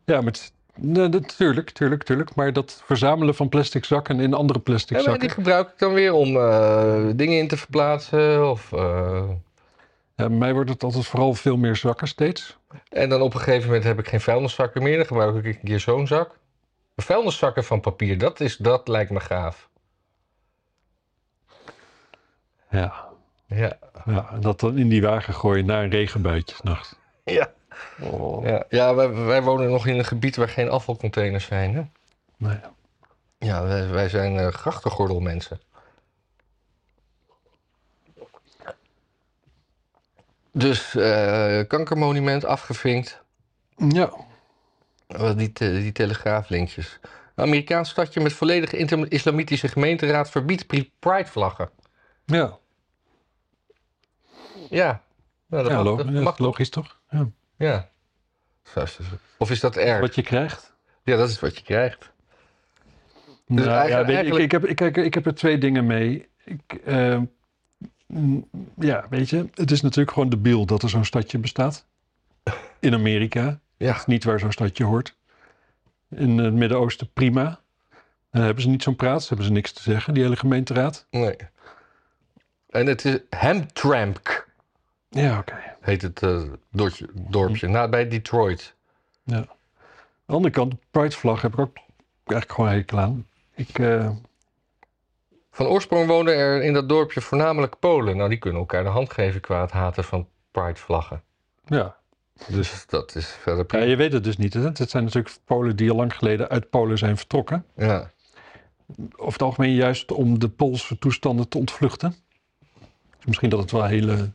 Ja, maar het- nee, dat, tuurlijk, tuurlijk, tuurlijk. Maar dat verzamelen van plastic zakken in andere plastic En maar zakken. die gebruik ik dan weer om eh, dingen in te verplaatsen. Of, eh, Ja, bij mij wordt het altijd vooral veel meer zakken steeds. En dan op een gegeven moment heb ik geen vuilniszakken meer. Dan gebruik ik een keer zo'n zak. Maar vuilniszakken van papier, dat, is, dat lijkt me gaaf. Ja. Ja. Ja, en dat dan in die wagen gooien na een regenbuitje s'nachts. Oh. Ja. Ja, ja wij, wij wonen nog in een gebied waar geen afvalcontainers zijn. Hè? Nee. Ja, wij, wij zijn eh grachtengordelmensen. Dus eh, kankermonument afgevinkt. Ja, Eh, Die, te- die telegraaflinkjes. Een Amerikaans stadje met volledig inter- islamitische gemeenteraad verbiedt pri- pride-vlaggen. ja. Ja. Nou, ja, lo- dat ja, mag- logisch toch? Ja. Ja. Zo is het. Of is dat erg? Wat je krijgt. Ja, dat is wat je krijgt. Nou, ja, eigenlijk- weet je, eigenlijk- ik, ik, heb, ik, kijk, ik heb er twee dingen mee. Ik, eh, mm, ja, weet je, het is natuurlijk gewoon debiel dat er zo'n stadje bestaat. In Amerika, Ja. niet waar zo'n stadje hoort. In het Midden-Oosten prima. Dan hebben ze niet zo'n praat, ze hebben ze niks te zeggen, die hele gemeenteraad. Nee. En het is Hamtramck. Ja, oké. heet het eh, dorpje, dorpje nabij Detroit. Aan de andere kant, de Pride-vlag heb ik ook eigenlijk gewoon hekel aan. Ik, eh, Van oorsprong woonden er in dat dorpje voornamelijk Polen. Nou, die kunnen elkaar de hand geven qua het haten van Pride-vlaggen. ja. Dus dat is verder ja, prima. je weet het dus niet. Hè? Het zijn natuurlijk Polen die al lang geleden uit Polen zijn vertrokken. Ja. Over het algemeen juist om de Poolse toestanden te ontvluchten. Dus misschien dat het wel hele,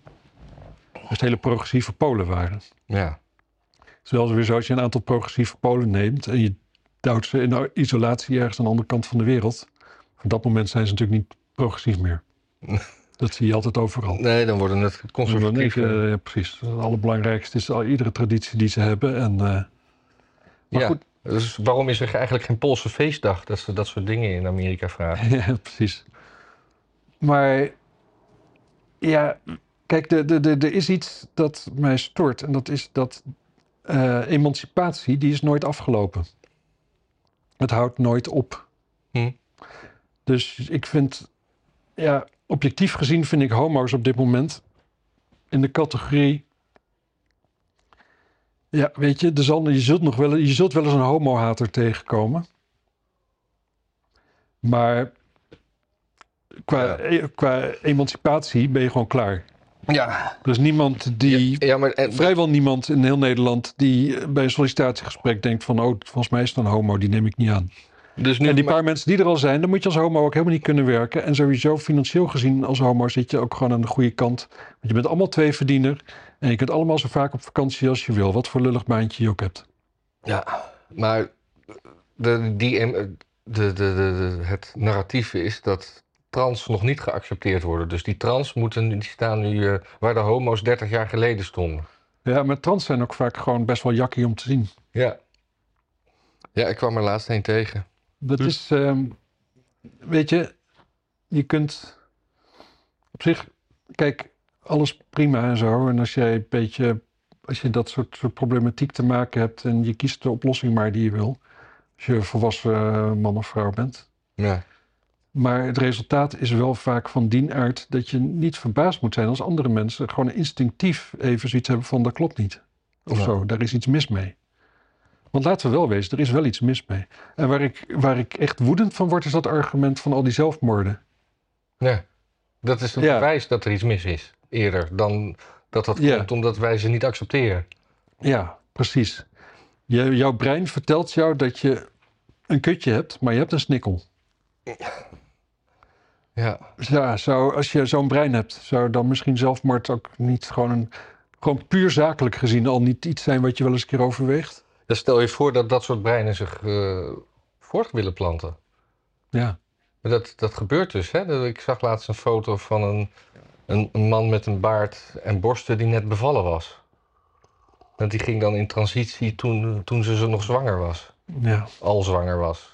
juist hele progressieve Polen waren. ja. Terwijl ze weer zo, als je een aantal progressieve Polen neemt en je duwt ze in isolatie ergens aan de andere kant van de wereld. Op dat moment zijn ze natuurlijk niet progressief meer. Dat zie je altijd overal. Nee, dan worden het Conservatief, conservatieve. eh, ja, precies. Het allerbelangrijkste is al, iedere traditie die ze hebben. En, eh, maar ja. goed, Dus waarom is er eigenlijk geen Poolse feestdag dat ze dat soort dingen in Amerika vragen? ja, precies. Maar ja, kijk, de- de- de- er is iets dat mij stoort. En dat is dat eh, emancipatie, die is nooit afgelopen. Het houdt nooit op. Hm. Dus ik vind, ja, objectief gezien vind ik homo's op dit moment in de categorie... Ja, weet je, er zal, je, zult nog wel, je zult wel eens een homohater tegenkomen. Maar qua, Ja. eh, qua emancipatie ben je gewoon klaar. Ja, Er is niemand die, ja maar eh, en, vrijwel niemand in heel Nederland, die eh, bij een sollicitatiegesprek denkt van, oh, volgens mij is het een homo, die neem ik niet aan. dus nu, En die paar mensen die er al zijn, dan moet je als homo ook helemaal niet kunnen werken. En sowieso financieel gezien als homo zit je ook gewoon aan de goede kant. Want je bent allemaal tweeverdiener en je kunt allemaal zo vaak op vakantie als je wil. Wat voor lullig baantje je ook hebt. Ja, maar de, die, em- de, de, de, de- het narratief is dat trans nog niet geaccepteerd worden. Dus die trans moeten, nu- die staan nu eh, waar de homo's 30 jaar geleden stonden. Ja, maar trans zijn ook vaak gewoon best wel jakkie om te zien. Ja. Ja, ik kwam er laatst een tegen. Dat Hm. is, ehm, weet je, je kunt op zich, kijk, alles prima en zo. En als jij een beetje, als je dat soort, soort problematiek te maken hebt en je kiest de oplossing maar die je wil. Als je volwassen eh, man of vrouw bent. Ja. Maar het resultaat is wel vaak van dien aard dat je niet verbaasd moet zijn als andere mensen gewoon instinctief even zoiets hebben van dat klopt niet. Of Ja. zo, daar is iets mis mee. Want laten we wel wezen, er is wel iets mis mee. En waar ik, waar ik echt woedend van word, is dat argument van al die zelfmoorden. ja. Dat is een Ja. bewijs dat er iets mis is. Eerder dan dat dat Ja. komt omdat wij ze niet accepteren. Ja, precies. Je, jouw brein vertelt jou dat je een kutje hebt, maar je hebt een snikkel. Ja. Ja, zou, als je zo'n brein hebt, zou dan misschien zelfmoord ook niet gewoon, een, gewoon puur zakelijk gezien al niet iets zijn wat je wel eens een keer overweegt? Dus stel je voor dat dat soort breinen zich eh, voort willen planten. Ja. Maar dat, dat gebeurt dus. Hè? Dat- Ik zag laatst een foto van een, een, een man met een baard en borsten die net bevallen was. En die ging dan in transitie toen, toen ze zo nog zwanger was. ja. Al zwanger was.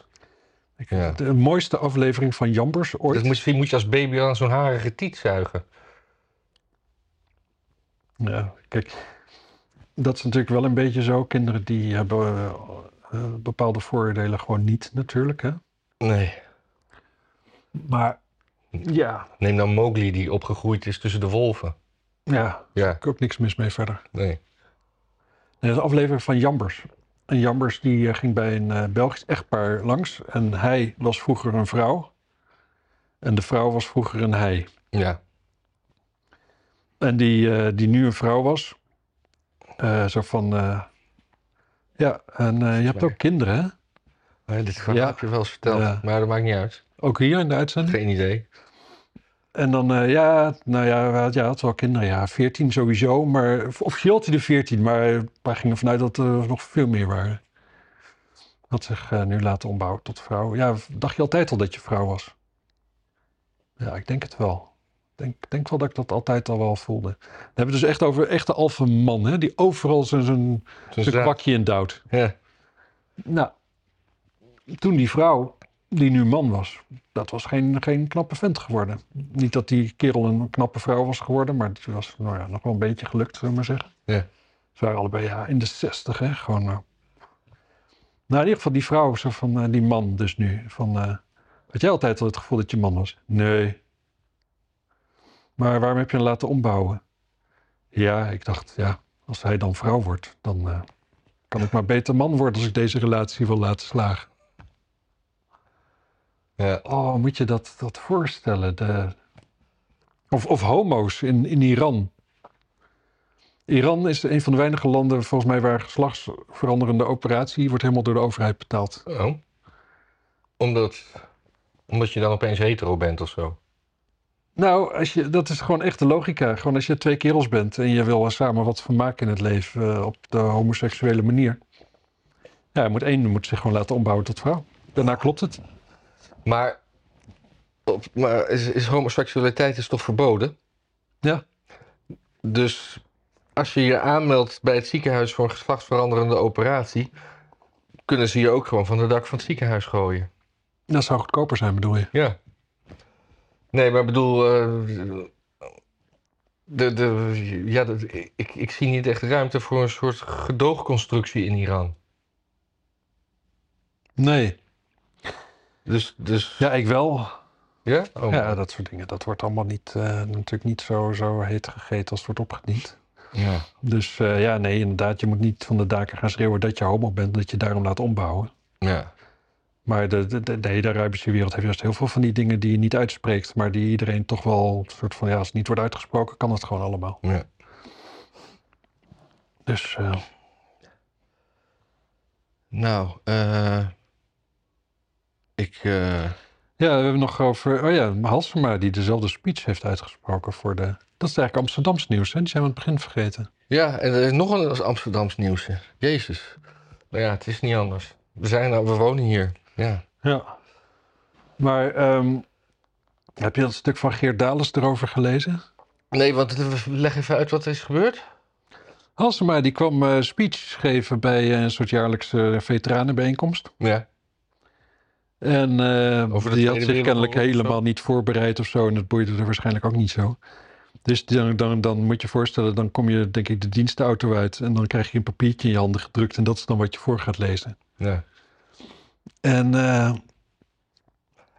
Ik- Ja. De mooiste aflevering van Jambers ooit. Dus misschien moet je als baby aan zo'n harige tiet zuigen. Ja, kijk, dat is natuurlijk wel een beetje zo. Kinderen die hebben eh, eh, bepaalde voordelen gewoon niet natuurlijk. Hè? Nee. Maar ja, Neem dan Mowgli die opgegroeid is tussen de wolven. ja, Ja, ik ook niks mis mee verder. nee. Nee, dat is een aflevering van Jambers. En Jambers die eh, ging bij een eh, Belgisch echtpaar langs. En hij was vroeger een vrouw. En de vrouw was vroeger een hij. Ja. En die, eh, die nu een vrouw was. Eh, zo van. eh, ja, en eh, je hebt Lekker. ook kinderen, hè? Maar dit verhaal Ja. heb je wel eens verteld, Ja. maar dat maakt niet uit. Ook hier in de uitzending. Geen idee. En dan, eh, ja, nou ja, hij had- ja, hij had wel kinderen. Ja, 14 sowieso. Maar officieel had hij er 14, maar wij gingen vanuit dat er nog veel meer waren. Had zich eh, nu laten ombouwen tot vrouw. Ja, dacht je altijd al dat je vrouw was? Ja, ik denk het wel. Ik denk, denk wel dat ik dat altijd al wel voelde. Dan hebben we het dus echt over echte alfa man, hè? Die overal zijn, zijn Dus een ja. kwakje in douwt. Ja. Nou, toen die vrouw, die nu man was, dat was geen, geen knappe vent geworden. Niet dat die kerel een knappe vrouw was geworden, maar die was nou ja, nog wel een beetje gelukt, zullen we maar zeggen. Ja. Ze waren allebei ja, in de zestig, hè, gewoon nou. Nou, in ieder geval die vrouw, zo van eh, die man dus nu, van... eh, had jij altijd al het gevoel dat je man was? Nee. Maar waarom heb je hem laten ombouwen? Ja, ik dacht, ja, als hij dan vrouw wordt, dan eh, kan ik maar beter man worden als ik deze relatie wil laten slagen. Ja. Oh, moet je dat, dat voorstellen? De... Of, of homo's in, in Iran. Iran is een van de weinige landen, volgens mij, waar geslachtsveranderende operatie wordt helemaal door de overheid betaald. Oh. Omdat, omdat je dan opeens hetero bent of zo. Nou, als je, dat is gewoon echt de logica. Gewoon als je twee kerels bent en je wil er samen wat van maken in het leven eh, op de homoseksuele manier. Ja, je moet één moet zich gewoon laten ombouwen tot vrouw. Daarna klopt het. Maar, op, maar is, is homoseksualiteit is toch verboden? Ja. Dus als je je aanmeldt bij het ziekenhuis voor een geslachtsveranderende operatie, kunnen ze je ook gewoon van de dak van het ziekenhuis gooien. Dat zou goedkoper zijn, bedoel je? Ja. Nee, maar ik bedoel. eh, de, de, ja, de- ik, ik zie niet echt ruimte voor een soort gedoogconstructie in Iran. Nee. Dus, dus Ja, ik wel. ja? Oh. Ja, dat soort dingen. Dat wordt allemaal niet, eh, natuurlijk niet zo, zo heet gegeten als het wordt opgediend. ja. Dus eh, ja, nee, inderdaad. Je moet niet van de daken gaan schreeuwen dat je homo bent. Dat je daarom laat ombouwen. Ja. Maar de, de, de, de hele Arabische wereld heeft juist heel veel van die dingen die je niet uitspreekt, maar die iedereen toch wel een soort van, ja, als het niet wordt uitgesproken, kan het gewoon allemaal. Ja. Dus eh, Nou, eh, ik. eh, ja, we hebben nog over, oh ja, Halsema die dezelfde speech heeft uitgesproken voor de, dat is eigenlijk Amsterdams nieuws, hè? die zijn we aan het begin vergeten. ja, en er is nog een Amsterdams nieuwsje. Jezus. Maar ja, het is niet anders. We, zijn, nou- we wonen hier. Ja. Ja. Maar ehm, heb je dat stuk van Geert Dales erover gelezen? Nee, want eh, leg even uit wat er is gebeurd. Halsema die kwam eh, speech geven bij eh, een soort jaarlijkse veteranenbijeenkomst. Ja. En eh, Over de die Tweede Wereldoorlog had zich kennelijk of zo? helemaal niet voorbereid of zo. En dat boeide er waarschijnlijk ook niet zo. Dus dan, dan, dan moet je voorstellen, dan kom je denk ik de dienstauto uit. En dan krijg je een papiertje in je handen gedrukt. En dat is dan wat je voor gaat lezen. ja. En eh, En toen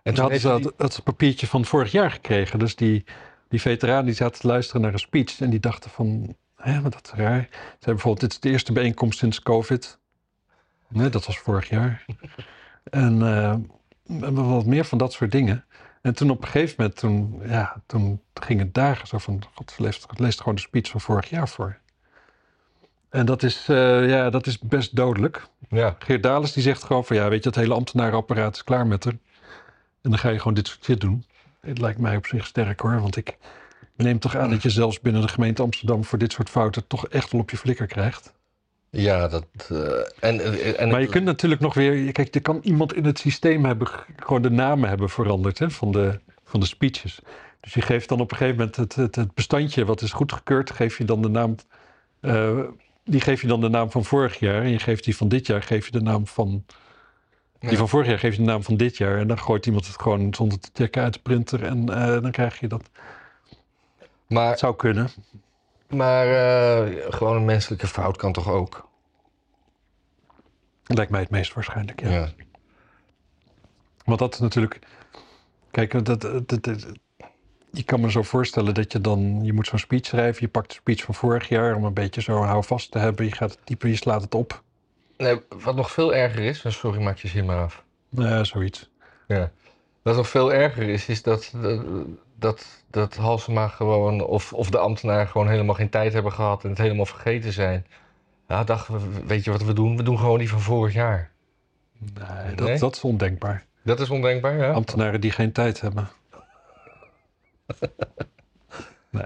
toen hadden heeft ze hij- dat, dat papiertje van vorig jaar gekregen. Dus die, die veteraan die zaten te luisteren naar een speech. En die dachten van, hè, wat dat is raar. Ze hebben bijvoorbeeld, dit is de eerste bijeenkomst sinds COVID. Nee, dat was vorig jaar. en eh, we hebben wat meer van dat soort dingen. En toen op een gegeven moment, toen, ja, toen ging het dagen zo van, god, ze leest, leest gewoon de speech van vorig jaar voor. En dat is, eh, ja, dat is best dodelijk. Ja. Geert Dales die zegt gewoon van ja, weet je, het hele ambtenarenapparaat is klaar met haar. En dan ga je gewoon dit soort shit doen. Het lijkt mij op zich sterk hoor, want ik neem toch aan dat je zelfs binnen de gemeente Amsterdam voor dit soort fouten toch echt wel op je flikker krijgt. Ja, dat. eh, en, en, en- Maar je kunt natuurlijk nog weer, kijk, er kan iemand in het systeem hebben, g- gewoon de namen hebben veranderd hè, van, de, van de speeches. Dus je geeft dan op een gegeven moment het, het, het bestandje wat is goedgekeurd, geef je dan de naam, eh, die geef je dan de naam van vorig jaar en je geeft die van dit jaar, geef je de naam van Ja. Die van vorig jaar geeft je de naam van dit jaar. En dan gooit iemand het gewoon zonder te checken uit de printer. En eh, dan krijg je dat. Maar, Het zou kunnen. maar eh, gewoon een menselijke fout kan toch ook? Lijkt mij het meest waarschijnlijk, ja. Want dat is natuurlijk... Kijk, dat, dat, dat- dat- je kan me zo voorstellen dat je dan... Je moet zo'n speech schrijven. Je pakt de speech van vorig jaar om een beetje zo houvast te hebben. Je gaat het typen, je slaat het op. Nee, wat nog veel erger is, en sorry, maak je zin maar af. Eh, zoiets. Ja. Wat nog veel erger is, is dat, eh, dat, dat Halsema gewoon, of, of de ambtenaren gewoon helemaal geen tijd hebben gehad en het helemaal vergeten zijn. Ja, dachten we, weet je wat we doen? We doen gewoon die van vorig jaar. Nee, dat, Nee? dat is ondenkbaar. Dat is ondenkbaar, ja? Ambtenaren die geen tijd hebben. nee.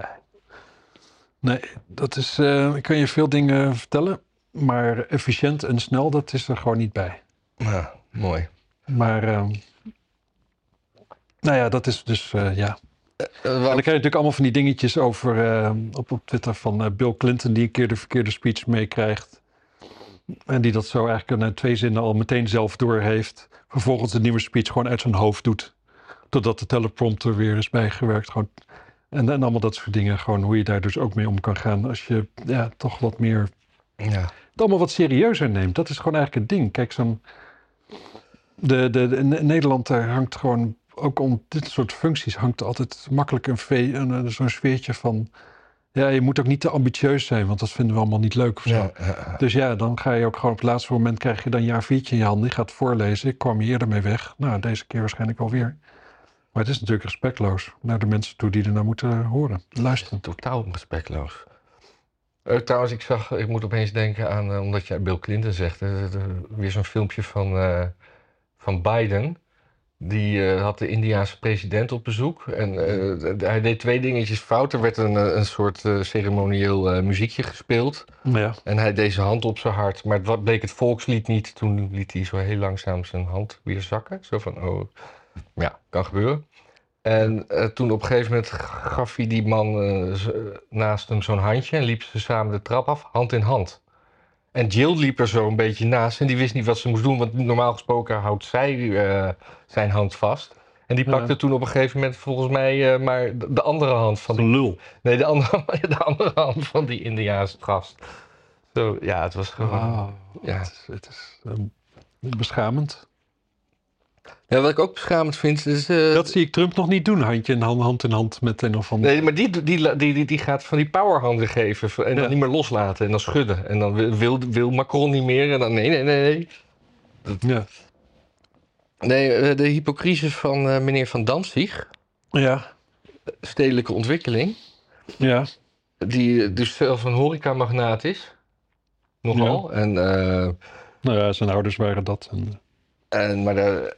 Nee, dat is. eh, ik kan je veel dingen vertellen. Maar efficiënt en snel, dat is er gewoon niet bij. Ja, mooi. Maar. ehm, nou ja, dat is dus. eh, ja. Eh, wat- En dan krijg je natuurlijk allemaal van die dingetjes over eh, op, op Twitter van eh, Bill Clinton die een keer de verkeerde speech meekrijgt. En die dat zo eigenlijk na twee zinnen al meteen zelf doorheeft. Vervolgens de nieuwe speech gewoon uit zijn hoofd doet. Totdat de teleprompter weer is bijgewerkt. Gewoon. En, en allemaal dat soort dingen. Gewoon hoe je daar dus ook mee om kan gaan. Als je ja, toch wat meer ja. het allemaal wat serieuzer neemt. Dat is gewoon eigenlijk het ding. Kijk, zo'n. De, de, de- in Nederland daar hangt gewoon. Ook om dit soort functies hangt altijd makkelijk een, ve- een, een- zo'n sfeertje van. Ja, je moet ook niet te ambitieus zijn, want dat vinden we allemaal niet leuk. Of zo. Ja, ja, Dus ja, dan ga je ook gewoon op het laatste moment krijg je dan je A4'tje in je handen. Je gaat voorlezen. Ik kwam hier eerder mee weg. Nou, deze keer waarschijnlijk wel weer. Maar het is natuurlijk respectloos naar de mensen toe die er naar moeten eh, horen, luisteren. Totaal respectloos. Eh, trouwens, ik zag, ik moet opeens denken aan, eh, omdat je Bill Clinton zegt, eh, eh, weer zo'n filmpje van, eh, van Biden. Die eh, had de Indiaanse president op bezoek. En eh, d- hij deed twee dingetjes fout. Er werd een, eh, een soort eh, ceremonieel eh, muziekje gespeeld. Ja, En hij deed zijn hand op zijn hart. Maar wat bleek het volkslied niet. Toen liet hij zo heel langzaam zijn hand weer zakken. Zo van, oh, ja, kan gebeuren. En eh, toen op een gegeven moment gaf hij die man eh, z- eh, naast hem zo'n handje. En liepen ze samen de trap af, hand in hand. En Jill liep er zo een beetje naast. En die wist niet wat ze moest doen. Want normaal gesproken houdt zij eh, zijn hand vast. En die Ja. pakte toen op een gegeven moment volgens mij eh, maar de de andere hand van die een lul. Nee, de andere, de andere hand van die Indiaanse gast. Zo, ja, het was gewoon. Wauw, Ja. Ah, Het is, het is ehm, beschamend. Ja, wat ik ook beschamend vind is. eh, Dat zie ik Trump nog niet doen, handje in hand, hand in hand met een of ander. Nee, maar die, die, la- die, die, die gaat van die powerhanden geven. En dan Ja. niet meer loslaten. En dan schudden. En dan wil, wil, wil Macron niet meer. En dan nee, nee, nee. nee. Ja. Nee, eh, de hypocrisis van eh, meneer Van Damstig, Ja, stedelijke ontwikkeling, ja. die eh, dus zelf een horecamagnaat is. Nogal. En, eh, Nou ja, zijn ouders waren dat. En, en, maar, de-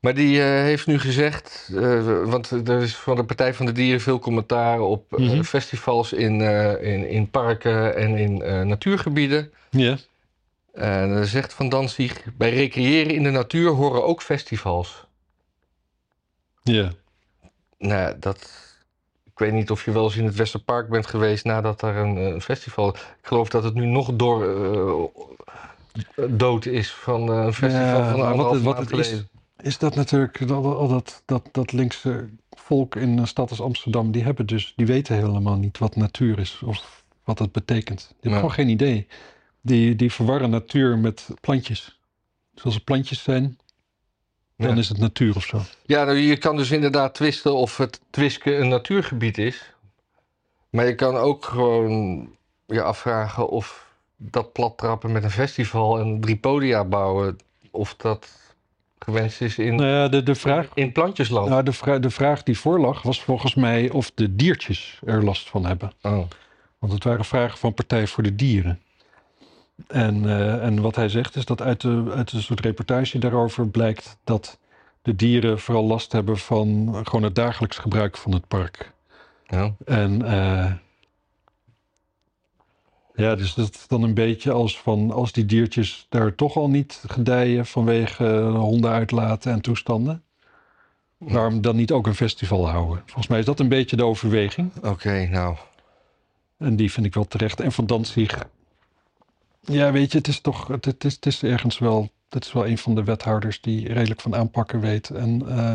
maar die eh, heeft nu gezegd, eh, want er is van de Partij van de Dieren veel commentaar op eh, Mhm. festivals in, eh, in, in parken en in eh, natuurgebieden. ja, En dan zegt Van Danzig, bij recreëren in de natuur horen ook festivals. ja. Nou, dat... Ik weet niet of je wel eens in het Westerpark bent geweest nadat er een, eh, festival... Ik geloof dat het nu nog door, eh, dood is van eh, een festival Ja, van maar wat anderhalve het- wat maand het is- geleden. Is dat natuurlijk, al dat, al dat, dat, dat linkse volk in een stad als Amsterdam, die hebben dus, die weten helemaal niet wat natuur is of wat dat betekent. Die hebben Nee. gewoon geen idee. Die, die verwarren natuur met plantjes. Zoals er plantjes zijn, dan Ja. is het natuur of zo. Ja, nou, je kan dus inderdaad twisten of het Twisken een natuurgebied is. Maar je kan ook gewoon je afvragen of dat plattrappen met een festival en drie podia bouwen, of dat gewenst is in, Nou ja, de, de vraag in plantjesland. Nou, de, vra- de vraag die voorlag was volgens mij of de diertjes er last van hebben. Oh. Want het waren vragen van Partij voor de Dieren. En, eh, en wat hij zegt is dat uit, de, uit een soort reportage daarover blijkt dat de dieren vooral last hebben van gewoon het dagelijks gebruik van het park. Ja. En eh, ja, dus dat is dan een beetje als van als die diertjes daar toch al niet gedijen vanwege eh, honden uitlaten en toestanden. Waarom dan niet ook een festival houden? Volgens mij is dat een beetje de overweging. Oké, nou. En die vind ik wel terecht. En van Danzig. Ja, weet je, het is toch. Het, het is, het is ergens wel. Het is wel een van de wethouders die redelijk van aanpakken weet. En, eh,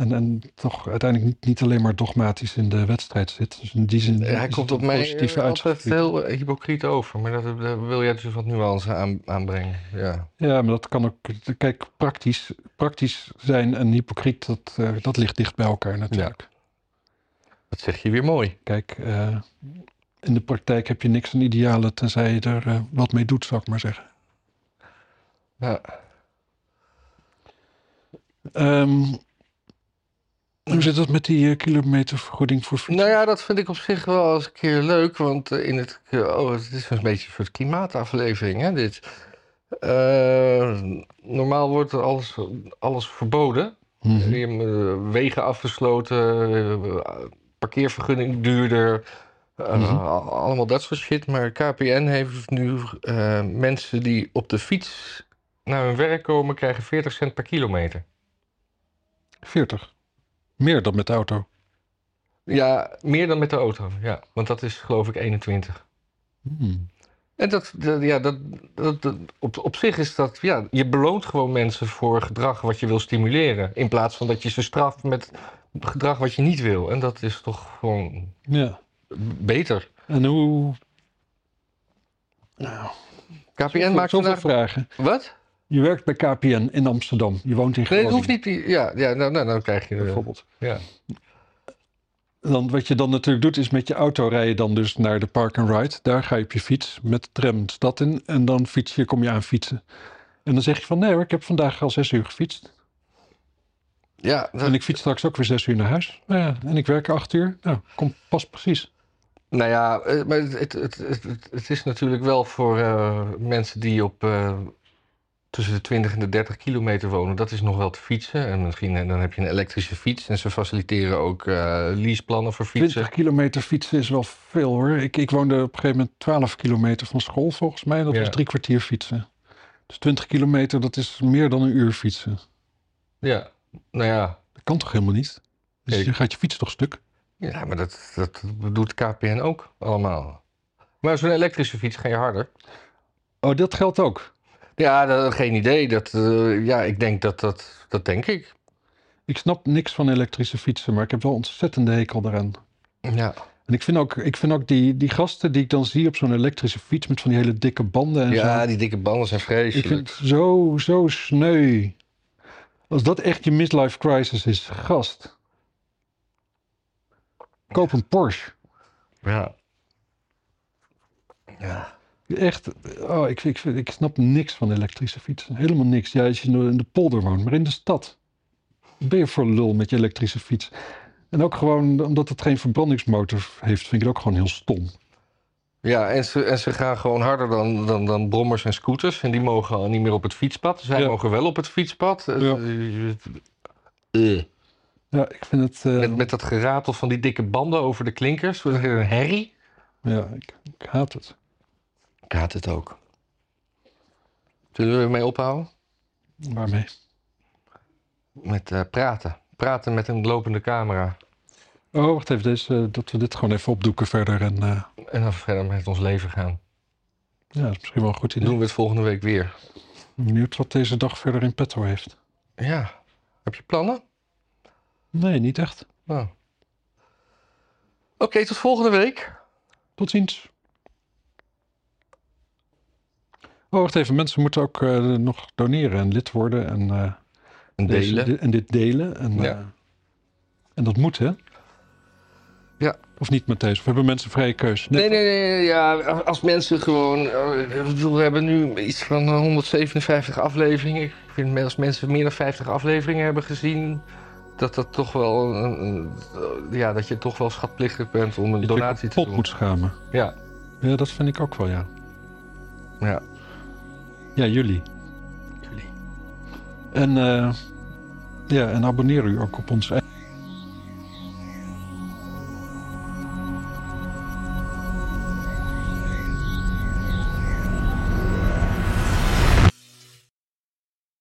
en, en toch uiteindelijk niet, niet alleen maar dogmatisch in de wedstrijd zit. Dus in die zin. is Hij het komt een op mij positieve eh, altijd uitzicht. heel eh, hypocriet over, maar dat, daar wil jij dus wat nuance aan, aanbrengen. Ja. Ja, maar dat kan ook. Kijk, praktisch, praktisch zijn en hypocriet, dat, eh, dat ligt dicht bij elkaar natuurlijk. Dat zeg je weer mooi. Kijk, eh, in de praktijk heb je niks aan idealen tenzij je er eh, wat mee doet, zou ik maar zeggen. Ja. Ehm, hoe zit dat met die eh, kilometervergoeding voor fiets? Nou ja, dat vind ik op zich wel eens een keer leuk, want eh, in het, oh, het is een beetje een soort klimaataflevering, hè, dit. Eh, normaal wordt er alles, alles verboden. Mhm. Je hebt, eh, Wegen afgesloten, eh, parkeervergunning duurder, eh, Mhm. al- allemaal dat soort shit. Maar KPN heeft nu eh, mensen die op de fiets naar hun werk komen, krijgen 40 cent per kilometer. 40. Meer dan met de auto. Ja, meer dan met de auto, ja. Want dat is geloof ik 21. Hmm. En dat, dat- ja, dat, dat, dat- op, op zich is dat, ja, je beloont gewoon mensen voor gedrag wat je wil stimuleren. In plaats van dat je ze straft met gedrag wat je niet wil. En dat is toch gewoon Ja. beter. En hoe... Nou, KPN maakt zoveel vandaag... vragen. Wat? Je werkt bij KPN in Amsterdam. Je woont in Nee, Groningen. dat hoeft niet. Ja, ja nou, nou, dan krijg je... eh, Bijvoorbeeld. Ja. Dan, wat je dan natuurlijk doet, is met je auto rij je dan dus naar de park and ride. Daar ga je op je fiets met de tram de stad in. En dan fiets je, kom je aan fietsen. En dan zeg je van, nee hoor, ik heb vandaag al zes uur gefietst. ja, dat- En ik fiets straks ook weer zes uur naar huis. Nou ja, en ik werk acht uur. Nou, komt pas precies. Nou ja, eh, maar het, het, het, het, het- het is natuurlijk wel voor eh, mensen die op eh, tussen de 20 en de 30 kilometer wonen, dat is nog wel te fietsen. En misschien eh, dan heb je een elektrische fiets. En ze faciliteren ook eh, leaseplannen voor fietsen. 20 kilometer fietsen is wel veel hoor. Ik, ik woonde op een gegeven moment 12 kilometer van school volgens mij. Dat Ja. was drie kwartier fietsen. Dus 20 kilometer, dat is meer dan een uur fietsen. Ja, nou ja. Dat kan toch helemaal niet? Dus Nee. je gaat je fiets toch stuk? Ja, maar dat, dat doet KPN ook allemaal. Maar zo'n elektrische fiets ga je harder. Oh, dat geldt ook. Ja, dat, geen idee. Dat, eh, ja, ik denk dat dat... Dat denk ik. Ik snap niks van elektrische fietsen, maar ik heb wel ontzettende hekel eraan. Ja. En ik vind ook, ik vind ook die, die gasten die ik dan zie op zo'n elektrische fiets met van die hele dikke banden en zo. ja, die dikke banden zijn Ik vind vreselijk. het zo, zo sneu. Als dat echt je midlife crisis is, gast. Koop een Porsche. Ja. Ja. Echt, oh, ik, ik, ik snap niks van elektrische fietsen. Helemaal niks. Ja, als je in de polder woont, maar in de stad. Wat Ben je voor lul met je elektrische fiets? En ook gewoon omdat het geen verbrandingsmotor heeft, vind ik het ook gewoon heel stom. Ja, en ze, en ze gaan gewoon harder dan, dan, dan brommers en scooters. En die mogen al niet meer op het fietspad. Zij Ja. mogen wel op het fietspad. Eh, Ja. eh. Ja, ik vind het. eh, Met, met dat geratel van die dikke banden over de klinkers. Wat is het, Een herrie. Ja, ik, ik haat het. Ik haat het ook. Zullen we ermee ophouden? Waarmee? Met eh, praten. Praten met een lopende camera. Oh, wacht even. Deze, dat we dit gewoon even opdoeken verder. En eh, En dan verder met ons leven gaan. ja, dat is misschien wel een goed Dan idee. doen we het volgende week weer. Benieuwd wat deze dag verder in petto heeft. Ja. Heb je plannen? Nee, niet echt. Nou. Oké, tot volgende week. Tot ziens. Oh, wacht even. Mensen moeten ook eh, nog doneren en lid worden. En, eh, En deze- delen. di- en dit delen. En, Ja. eh, en dat moet, hè? Ja. Of niet, Matthijs? Of hebben mensen vrije keus? Nee, nee, nee, nee, ja, als mensen gewoon... eh, ik bedoel, we hebben nu iets van 157 afleveringen. Ik vind als mensen meer dan 50 afleveringen hebben gezien... dat dat toch wel... een- een- ja, dat je toch wel schatplichtig bent om een Dat je donatie te kapot doen. moet schamen. Ja, Ja, dat vind ik ook wel, ja. ja. Ja, jullie. Jullie. En, eh, ja, en abonneer u ook op ons